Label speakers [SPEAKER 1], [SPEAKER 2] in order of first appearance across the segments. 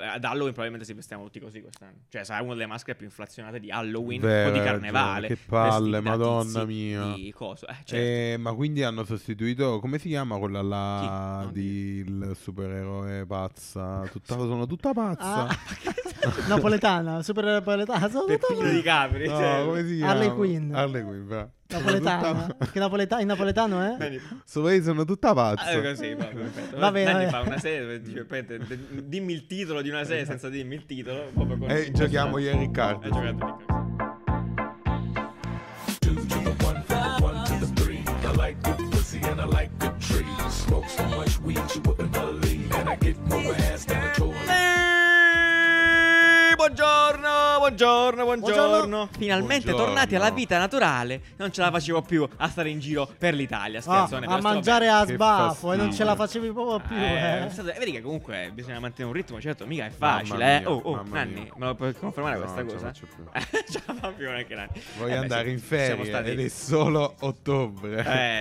[SPEAKER 1] Eh, Ad Halloween probabilmente si vestiamo tutti così quest'anno. Cioè, sarà una delle maschere più inflazionate di Halloween
[SPEAKER 2] Vero,
[SPEAKER 1] o di
[SPEAKER 2] hai
[SPEAKER 1] carnevale.
[SPEAKER 2] ragione, che palle,
[SPEAKER 1] vestiti da
[SPEAKER 2] madonna
[SPEAKER 1] tizi
[SPEAKER 2] mia.
[SPEAKER 1] Di coso. Eh, certo.
[SPEAKER 2] Eh, ma quindi hanno sostituito, come si chiama quella là
[SPEAKER 1] Chi?
[SPEAKER 2] di il supereroe pazza? Tutta, sono tutta pazza.
[SPEAKER 3] Ah, napoletana, super napoletana. sono
[SPEAKER 1] Peppino di Capri.
[SPEAKER 2] No,
[SPEAKER 1] cioè.
[SPEAKER 2] come si chiama?
[SPEAKER 3] Harley Quinn.
[SPEAKER 2] Harley Quinn, bravo. Sono
[SPEAKER 3] Napoletana.
[SPEAKER 2] tutta-
[SPEAKER 3] Che napoleta- in napoletano eh? è?
[SPEAKER 1] Quindi-
[SPEAKER 2] Sono, sono tutta
[SPEAKER 1] Ah,
[SPEAKER 2] pazza.
[SPEAKER 1] è così, va, perfetto.
[SPEAKER 3] Va bene,
[SPEAKER 1] Nanni
[SPEAKER 3] va
[SPEAKER 1] fa
[SPEAKER 3] bene.
[SPEAKER 1] una serie dove dice, "Aspetta, de- dimmi il titolo di una serie senza dirmi il Eh, titolo. proprio
[SPEAKER 3] Eh,
[SPEAKER 1] con-
[SPEAKER 2] E giochiamo io e Riccardo.
[SPEAKER 1] E giocate Riccardo. Eh, Buongiorno, buongiorno, buongiorno. Finalmente
[SPEAKER 2] Buongiorno.
[SPEAKER 1] tornati alla vita naturale. Non ce la facevo più a stare in giro per l'Italia.
[SPEAKER 3] Ah,
[SPEAKER 1] Scherzo, non è
[SPEAKER 3] a
[SPEAKER 1] vero, sto
[SPEAKER 3] mangiare a
[SPEAKER 2] Che
[SPEAKER 3] sbafo e non ce la
[SPEAKER 2] fastidio.
[SPEAKER 3] facevi proprio più.
[SPEAKER 1] bene. Eh,
[SPEAKER 3] eh.
[SPEAKER 1] state- vedi che comunque bisogna mantenere un ritmo, certo, mica è
[SPEAKER 2] Mamma
[SPEAKER 1] facile. eh.
[SPEAKER 2] mia,
[SPEAKER 1] Oh, oh,
[SPEAKER 2] mamma
[SPEAKER 1] Nanni,
[SPEAKER 2] mia.
[SPEAKER 1] me lo puoi confermare
[SPEAKER 2] No,
[SPEAKER 1] questa
[SPEAKER 2] non ce la
[SPEAKER 1] cosa?
[SPEAKER 2] faccio più.
[SPEAKER 1] Eh, ce la fa più neanche Nanni.
[SPEAKER 2] Voglio
[SPEAKER 1] Eh beh,
[SPEAKER 2] andare
[SPEAKER 1] sì,
[SPEAKER 2] in
[SPEAKER 1] siamo
[SPEAKER 2] ferie
[SPEAKER 1] stati-
[SPEAKER 2] ed è solo ottobre.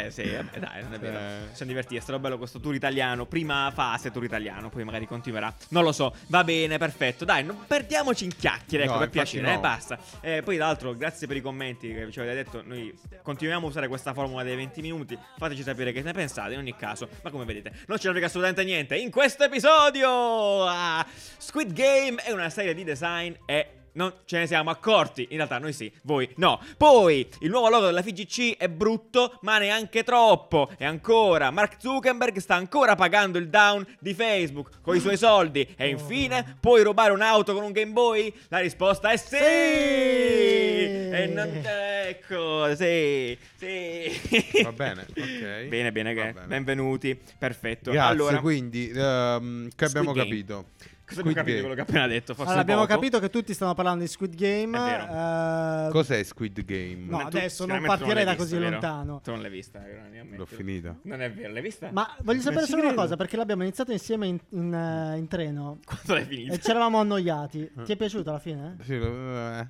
[SPEAKER 1] Eh sì, vabbè, dai, non è vero.
[SPEAKER 2] Eh.
[SPEAKER 1] Ci siamo divertiti, è stato bello questo tour italiano. Prima fase tour italiano, poi magari continuerà. Non lo so, va bene, perfetto. Dai, non perdiamoci in chiacchiere, ecco, per
[SPEAKER 2] No, infatti
[SPEAKER 1] piacere,
[SPEAKER 2] no.
[SPEAKER 1] eh, basta. Eh, poi, tra l'altro, grazie per i commenti che ci avete detto. Noi continuiamo a usare questa formula dei 20 minuti. Fateci sapere che ne pensate, in ogni caso. Ma come vedete, non ce ne frega assolutamente niente. In questo episodio, ah, Squid Game è una serie di design e... Non ce ne siamo accorti, in realtà noi sì, voi no. Poi il nuovo logo della FGC è brutto, ma neanche troppo. E ancora, Mark Zuckerberg sta ancora pagando il down di Facebook con i suoi soldi. E infine, puoi rubare un'auto con un Game Boy? La risposta è sì!
[SPEAKER 3] Sì!
[SPEAKER 1] E non- ecco, sì, sì.
[SPEAKER 2] Va bene, ok.
[SPEAKER 1] Bene, bene,
[SPEAKER 2] Va
[SPEAKER 1] che-
[SPEAKER 2] bene.
[SPEAKER 1] benvenuti, perfetto. Certo,
[SPEAKER 2] Grazie,
[SPEAKER 1] allora,
[SPEAKER 2] quindi ehm, che
[SPEAKER 1] Squid
[SPEAKER 2] abbiamo
[SPEAKER 1] Game.
[SPEAKER 2] capito?
[SPEAKER 1] cosa abbiamo
[SPEAKER 2] Squid
[SPEAKER 1] capito
[SPEAKER 2] Game.
[SPEAKER 1] di quello che ho appena detto? Forse
[SPEAKER 3] Allora, abbiamo
[SPEAKER 1] poco.
[SPEAKER 3] capito che tutti stanno parlando di Squid Game.
[SPEAKER 1] È vero.
[SPEAKER 3] eh,
[SPEAKER 2] Cos'è Squid Game?
[SPEAKER 3] No,
[SPEAKER 1] Ma tu
[SPEAKER 3] adesso non
[SPEAKER 1] sicuramente
[SPEAKER 3] partirei
[SPEAKER 1] l'hai
[SPEAKER 3] da
[SPEAKER 1] vista,
[SPEAKER 3] così
[SPEAKER 1] vero?
[SPEAKER 3] lontano.
[SPEAKER 1] Tu non l'hai vista, io non- io ammetto.
[SPEAKER 2] L'ho finita.
[SPEAKER 1] Non è vero, l'hai vista?
[SPEAKER 3] Ma voglio sapere
[SPEAKER 1] Non ci
[SPEAKER 3] solo una
[SPEAKER 1] credo.
[SPEAKER 3] cosa, perché l'abbiamo iniziato insieme in, in, eh, in treno
[SPEAKER 1] Quando l'hai finita?
[SPEAKER 3] e ci eravamo annoiati.
[SPEAKER 1] Eh.
[SPEAKER 3] Ti è piaciuto alla fine?
[SPEAKER 2] Sì, lo- eh.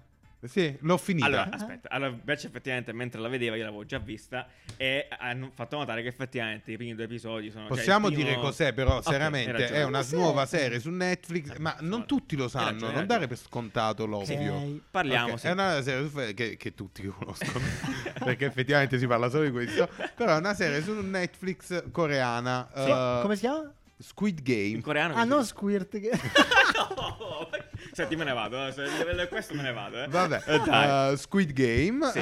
[SPEAKER 2] Sì, l'ho finita. eh.
[SPEAKER 1] Allora, aspetta, allora invece effettivamente mentre la vedeva io l'avevo già vista e hanno fatto notare che effettivamente i primi due episodi sono... cioè, il
[SPEAKER 2] Possiamo
[SPEAKER 1] primo-
[SPEAKER 2] dire cos'è, però,
[SPEAKER 1] Ok, hai
[SPEAKER 2] seriamente
[SPEAKER 1] ragione.
[SPEAKER 2] è una
[SPEAKER 3] Ma sì.
[SPEAKER 2] nuova serie su Netflix, ma non tutti lo sanno.
[SPEAKER 1] ragione, hai
[SPEAKER 2] non
[SPEAKER 1] ragione.
[SPEAKER 2] dare per scontato l'ovvio.
[SPEAKER 3] Ok.
[SPEAKER 1] Parliamo,
[SPEAKER 2] Ok,
[SPEAKER 1] sì.
[SPEAKER 2] È una serie su Fe- che, che tutti conoscono perché effettivamente si parla solo di questo. Però è una serie su Netflix coreana. eh,
[SPEAKER 3] Come si chiama?
[SPEAKER 2] Squid
[SPEAKER 1] In
[SPEAKER 2] Game.
[SPEAKER 1] coreano...
[SPEAKER 3] Ah,
[SPEAKER 1] mi
[SPEAKER 3] non
[SPEAKER 1] dice-
[SPEAKER 3] Squirt. Game.
[SPEAKER 1] no! Senti, me ne vado, eh, se il livello è questo me ne vado, eh.
[SPEAKER 2] Vabbè,
[SPEAKER 1] Eh, dai.
[SPEAKER 2] eh, Squid Game
[SPEAKER 1] Sì.
[SPEAKER 2] eh,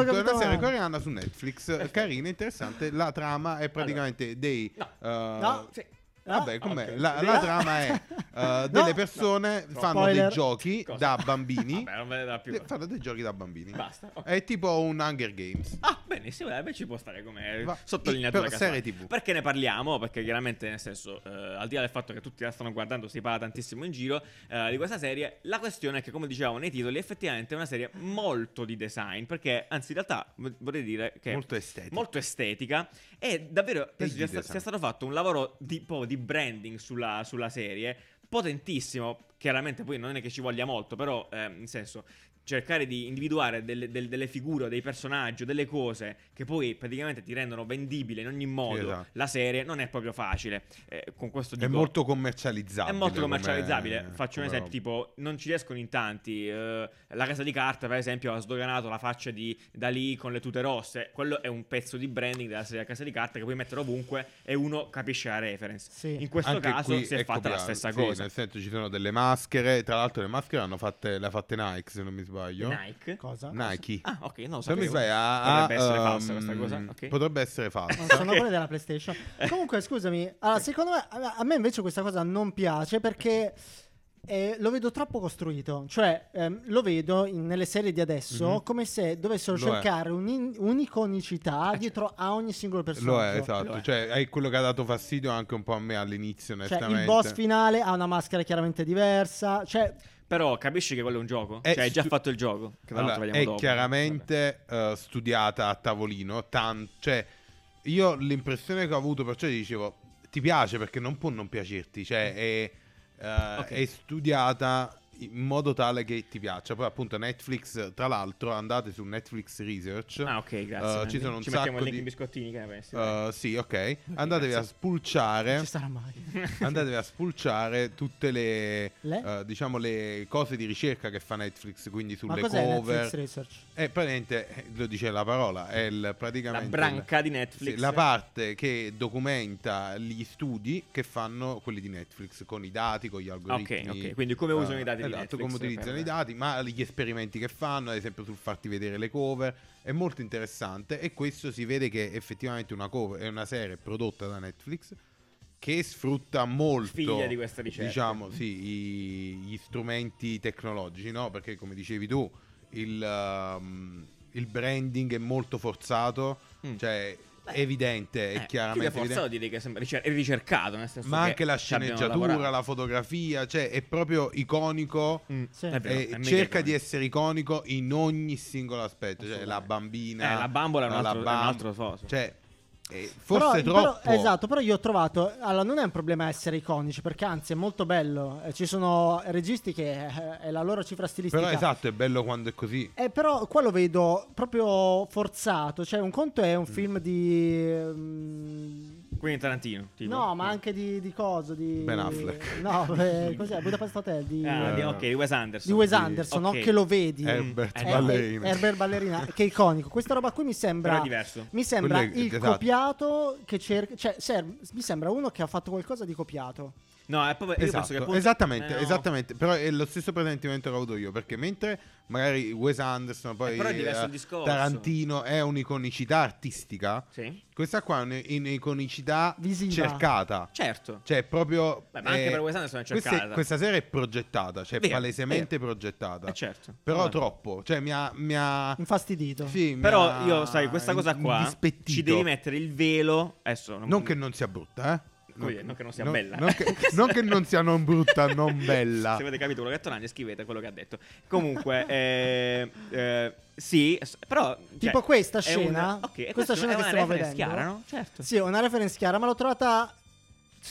[SPEAKER 2] appunto, è
[SPEAKER 3] capito
[SPEAKER 2] una serie
[SPEAKER 3] male.
[SPEAKER 2] coreana su Netflix, eh, carina, interessante. La trama è praticamente dei
[SPEAKER 1] No.
[SPEAKER 2] eh,
[SPEAKER 3] No.
[SPEAKER 1] Sì.
[SPEAKER 2] Vabbè,
[SPEAKER 1] Ah,
[SPEAKER 2] com'è?
[SPEAKER 1] ok.
[SPEAKER 2] La, la
[SPEAKER 3] No.
[SPEAKER 2] trama è eh,
[SPEAKER 3] No.
[SPEAKER 2] delle persone
[SPEAKER 1] No.
[SPEAKER 2] fanno
[SPEAKER 3] Spoiler.
[SPEAKER 2] dei giochi
[SPEAKER 1] Cosa?
[SPEAKER 2] da bambini.
[SPEAKER 1] Vabbè, non me ne dà più.
[SPEAKER 2] De- fanno dei giochi da bambini.
[SPEAKER 1] Basta. ok.
[SPEAKER 2] È tipo un Hunger Games.
[SPEAKER 1] Ah, benissimo, eh, beh, ci può stare come
[SPEAKER 2] Va-
[SPEAKER 1] sottolineato
[SPEAKER 2] però
[SPEAKER 1] da Casale.
[SPEAKER 2] serie TV.
[SPEAKER 1] Perché ne parliamo? Perché chiaramente, nel senso, eh, al di là del fatto che tutti la stanno guardando, si parla tantissimo in giro eh, di questa serie, la questione è che, come dicevamo nei titoli, effettivamente è una serie molto di design, perché, anzi, in realtà v- vorrei dire che...
[SPEAKER 2] Molto estetico.
[SPEAKER 1] molto estetica e davvero
[SPEAKER 2] E
[SPEAKER 1] penso
[SPEAKER 2] di
[SPEAKER 1] sia, sta-
[SPEAKER 2] design.
[SPEAKER 1] sia stato fatto un lavoro di, proprio di branding sulla, sulla serie potentissimo chiaramente poi non è che ci voglia molto però ehm, nel senso cercare di individuare delle, del- delle figure o dei personaggi o delle cose che poi praticamente ti rendono vendibile in ogni modo
[SPEAKER 2] esatto.
[SPEAKER 1] la serie non è proprio facile Eh, con questo
[SPEAKER 2] È
[SPEAKER 1] dico
[SPEAKER 2] molto commercializzabile.
[SPEAKER 1] è molto
[SPEAKER 2] come-
[SPEAKER 1] commercializzabile. Faccio un
[SPEAKER 2] come
[SPEAKER 1] esempio: tipo, non ci riescono in tanti. eh, la casa di carta, per esempio, ha sdoganato la faccia di Dalì con le tute rosse. Quello è un pezzo di branding della serie casa di carta che puoi mettere ovunque e uno capisce la reference.
[SPEAKER 3] Sì.
[SPEAKER 1] In questo
[SPEAKER 2] Anche
[SPEAKER 1] caso
[SPEAKER 2] qui
[SPEAKER 1] si è fatta la
[SPEAKER 2] copiato,
[SPEAKER 1] stessa
[SPEAKER 2] sì,
[SPEAKER 1] cosa.
[SPEAKER 2] Nel senso ci sono delle maschere. Tra l'altro, le maschere hanno fatte, le ha fatte Nike, se non mi sbaglio.
[SPEAKER 1] Nike.
[SPEAKER 3] Cosa?
[SPEAKER 2] Nike.
[SPEAKER 1] Ah, ok, non lo
[SPEAKER 2] se non
[SPEAKER 1] sapevo.
[SPEAKER 2] mi sbaglio, ha- ha,
[SPEAKER 1] Potrebbe essere falsa
[SPEAKER 2] ehm,
[SPEAKER 1] questa cosa. ok.
[SPEAKER 2] Potrebbe essere
[SPEAKER 3] Non
[SPEAKER 2] falsa.
[SPEAKER 3] sono
[SPEAKER 1] Ok.
[SPEAKER 3] quelle della PlayStation. Comunque, scusami, allora, secondo me a a me invece questa cosa non piace perché eh, lo vedo troppo costruito. Cioè, ehm, lo vedo in- nelle serie di adesso
[SPEAKER 2] Mhm.
[SPEAKER 3] come se dovessero
[SPEAKER 2] Lo è. Eh, certo.
[SPEAKER 3] cercare un'in- un'iconicità dietro a ogni singolo personaggio.
[SPEAKER 2] Lo è, esatto.
[SPEAKER 1] Lo è.
[SPEAKER 2] Cioè, è quello che ha dato fastidio anche un po' a me all'inizio,
[SPEAKER 3] Cioè,
[SPEAKER 2] onestamente.
[SPEAKER 3] il boss finale ha una maschera chiaramente diversa. Cioè,
[SPEAKER 1] Però capisci che quello è un gioco?
[SPEAKER 2] È
[SPEAKER 1] cioè, hai già
[SPEAKER 2] stu-
[SPEAKER 1] fatto il gioco. Che tra
[SPEAKER 2] Eh, Allora,
[SPEAKER 1] l'altro vediamo
[SPEAKER 2] è
[SPEAKER 1] dopo.
[SPEAKER 2] chiaramente eh, studiata a tavolino. tan- cioè, io l'impressione che ho avuto, perciò ti dicevo, ti piace perché non può non piacerti. Cioè, è, eh,
[SPEAKER 1] Mm. Ok.
[SPEAKER 2] è studiata in modo tale che ti piaccia. Poi appunto Netflix, tra l'altro, andate su Netflix Research.
[SPEAKER 1] Ah, ok, grazie.
[SPEAKER 2] Eh,
[SPEAKER 1] Nanni.
[SPEAKER 2] ci sono un
[SPEAKER 1] mettiamo
[SPEAKER 2] sacco
[SPEAKER 1] il link
[SPEAKER 2] di-
[SPEAKER 1] in biscottini, che ne pensi? dai.
[SPEAKER 2] Eh, sì, ok. Andatevi a
[SPEAKER 1] grazie.
[SPEAKER 2] spulciare.
[SPEAKER 3] Ci sarà mai.
[SPEAKER 2] Andatevi a spulciare tutte le,
[SPEAKER 3] Le?
[SPEAKER 2] eh, diciamo le cose di ricerca che fa Netflix, quindi
[SPEAKER 3] Ma
[SPEAKER 2] sulle
[SPEAKER 3] cos'è Netflix
[SPEAKER 2] cover.
[SPEAKER 3] Research?
[SPEAKER 2] È praticamente, eh, lo dice la parola, è il,
[SPEAKER 1] La
[SPEAKER 2] praticamente
[SPEAKER 1] branca di
[SPEAKER 2] sì,
[SPEAKER 1] Netflix.
[SPEAKER 2] la parte che documenta gli studi che fanno quelli di Netflix con i dati, con gli algoritmi.
[SPEAKER 1] ok, quindi come
[SPEAKER 2] eh,
[SPEAKER 1] usano i dati di
[SPEAKER 2] esatto,
[SPEAKER 1] Netflix
[SPEAKER 2] come utilizzano
[SPEAKER 1] per-
[SPEAKER 2] i dati, ma gli esperimenti che fanno, ad esempio sul farti vedere le cover, è molto interessante e questo si vede che effettivamente una cover è una serie prodotta da Netflix che sfrutta molto
[SPEAKER 1] Figlia di questa ricerca.
[SPEAKER 2] diciamo, sì, i- gli strumenti tecnologici, no? Perché come dicevi tu, il, um, il branding è molto forzato,
[SPEAKER 1] Mm.
[SPEAKER 2] cioè è evidente, è
[SPEAKER 1] Eh,
[SPEAKER 2] chiaramente
[SPEAKER 1] più da forza
[SPEAKER 2] evidente.
[SPEAKER 1] dire che è sempre ricer- è ricercato, nel senso
[SPEAKER 2] Ma
[SPEAKER 1] che
[SPEAKER 2] anche la
[SPEAKER 1] ci abbiamo
[SPEAKER 2] sceneggiatura,
[SPEAKER 1] lavorato.
[SPEAKER 2] la fotografia, cioè è proprio iconico.
[SPEAKER 1] Mm,
[SPEAKER 3] Sì.
[SPEAKER 1] è vero,
[SPEAKER 2] e
[SPEAKER 1] è mega
[SPEAKER 2] cerca di
[SPEAKER 1] iconico.
[SPEAKER 2] essere iconico in ogni singolo aspetto, cioè la
[SPEAKER 1] Assolutamente.
[SPEAKER 2] bambina,
[SPEAKER 1] Eh, la bambola è un
[SPEAKER 2] la
[SPEAKER 1] altro- è un
[SPEAKER 2] bam-
[SPEAKER 1] altro coso.
[SPEAKER 2] Cioè, eh, forse
[SPEAKER 3] Però- però-
[SPEAKER 2] troppo.
[SPEAKER 3] esatto, però io ho trovato. Allora, non è un problema essere iconici, perché anzi è molto bello. Eh, Ci sono registi che eh, è la loro cifra stilistica.
[SPEAKER 2] Però esatto, è bello quando è così.
[SPEAKER 3] Eh, però qua lo vedo proprio forzato. Cioè, un conto è un
[SPEAKER 2] Mm.
[SPEAKER 3] film di. ehm,
[SPEAKER 1] Quindi Tarantino, tipo.
[SPEAKER 3] No, ma anche di, di coso. Di...
[SPEAKER 2] Ben Affleck.
[SPEAKER 3] No, eh, cos'è? Budapest Hotel di,
[SPEAKER 1] Ah, di-
[SPEAKER 2] Eh,
[SPEAKER 1] ok, di Wes Anderson.
[SPEAKER 3] di Wes Anderson,
[SPEAKER 1] Ok.
[SPEAKER 3] no? che lo vedi.
[SPEAKER 2] Herbert
[SPEAKER 1] Eh,
[SPEAKER 3] Eh,
[SPEAKER 1] no.
[SPEAKER 2] Ballerina.
[SPEAKER 3] eh, Herbert Ballerina, che è iconico. Questa roba qui mi
[SPEAKER 1] Però è
[SPEAKER 3] sembra.
[SPEAKER 1] diverso.
[SPEAKER 3] Mi sembra
[SPEAKER 2] Quello è-
[SPEAKER 3] il
[SPEAKER 2] esatto.
[SPEAKER 3] copiato che cerca. Cioè, ser- mi sembra uno che ha fatto qualcosa di copiato.
[SPEAKER 1] No, è proprio io
[SPEAKER 2] Esatto,
[SPEAKER 1] penso che appunto-
[SPEAKER 2] esattamente,
[SPEAKER 1] eh, no.
[SPEAKER 2] esattamente, però è lo stesso presentimento che ho avuto io, perché mentre magari Wes Anderson, poi
[SPEAKER 1] Eh, però è diverso
[SPEAKER 2] eh,
[SPEAKER 1] il discorso.
[SPEAKER 2] Tarantino è un'iconicità artistica,
[SPEAKER 1] Sì.
[SPEAKER 2] questa qua è un- un'iconicità
[SPEAKER 3] Visiva.
[SPEAKER 2] cercata.
[SPEAKER 1] Certo.
[SPEAKER 2] Cioè, è proprio.
[SPEAKER 1] Beh, ma anche
[SPEAKER 2] eh,
[SPEAKER 1] per Wes Anderson è
[SPEAKER 2] questa
[SPEAKER 1] cercata.
[SPEAKER 2] Questa serie è progettata, cioè
[SPEAKER 1] Vero,
[SPEAKER 2] palesemente progettata.
[SPEAKER 1] Eh, certo.
[SPEAKER 2] Però
[SPEAKER 1] Vabbè.
[SPEAKER 2] troppo, cioè mi ha. Mi ha
[SPEAKER 3] Infastidito.
[SPEAKER 2] sì, mi
[SPEAKER 1] Però
[SPEAKER 2] ha
[SPEAKER 1] io, sai, questa cosa qua
[SPEAKER 2] indispettito.
[SPEAKER 1] ci devi mettere il velo. Adesso non,
[SPEAKER 2] Non che non sia brutta, eh.
[SPEAKER 1] Come dire, non che non sia bella.
[SPEAKER 2] Non che, non che non sia non brutta, non bella.
[SPEAKER 1] Se avete capito quello che ha detto Nanni, scrivete quello che ha detto. Comunque, eh, eh, sì, s- però. cioè,
[SPEAKER 3] Tipo questa
[SPEAKER 1] è una-
[SPEAKER 3] scena,
[SPEAKER 1] ok, e
[SPEAKER 3] questa
[SPEAKER 1] questa
[SPEAKER 3] scena
[SPEAKER 1] è
[SPEAKER 3] che
[SPEAKER 1] una
[SPEAKER 3] stiamo
[SPEAKER 1] reference
[SPEAKER 3] vedendo.
[SPEAKER 1] chiara, no? Certo.
[SPEAKER 3] Sì, è una reference chiara, ma l'ho trovata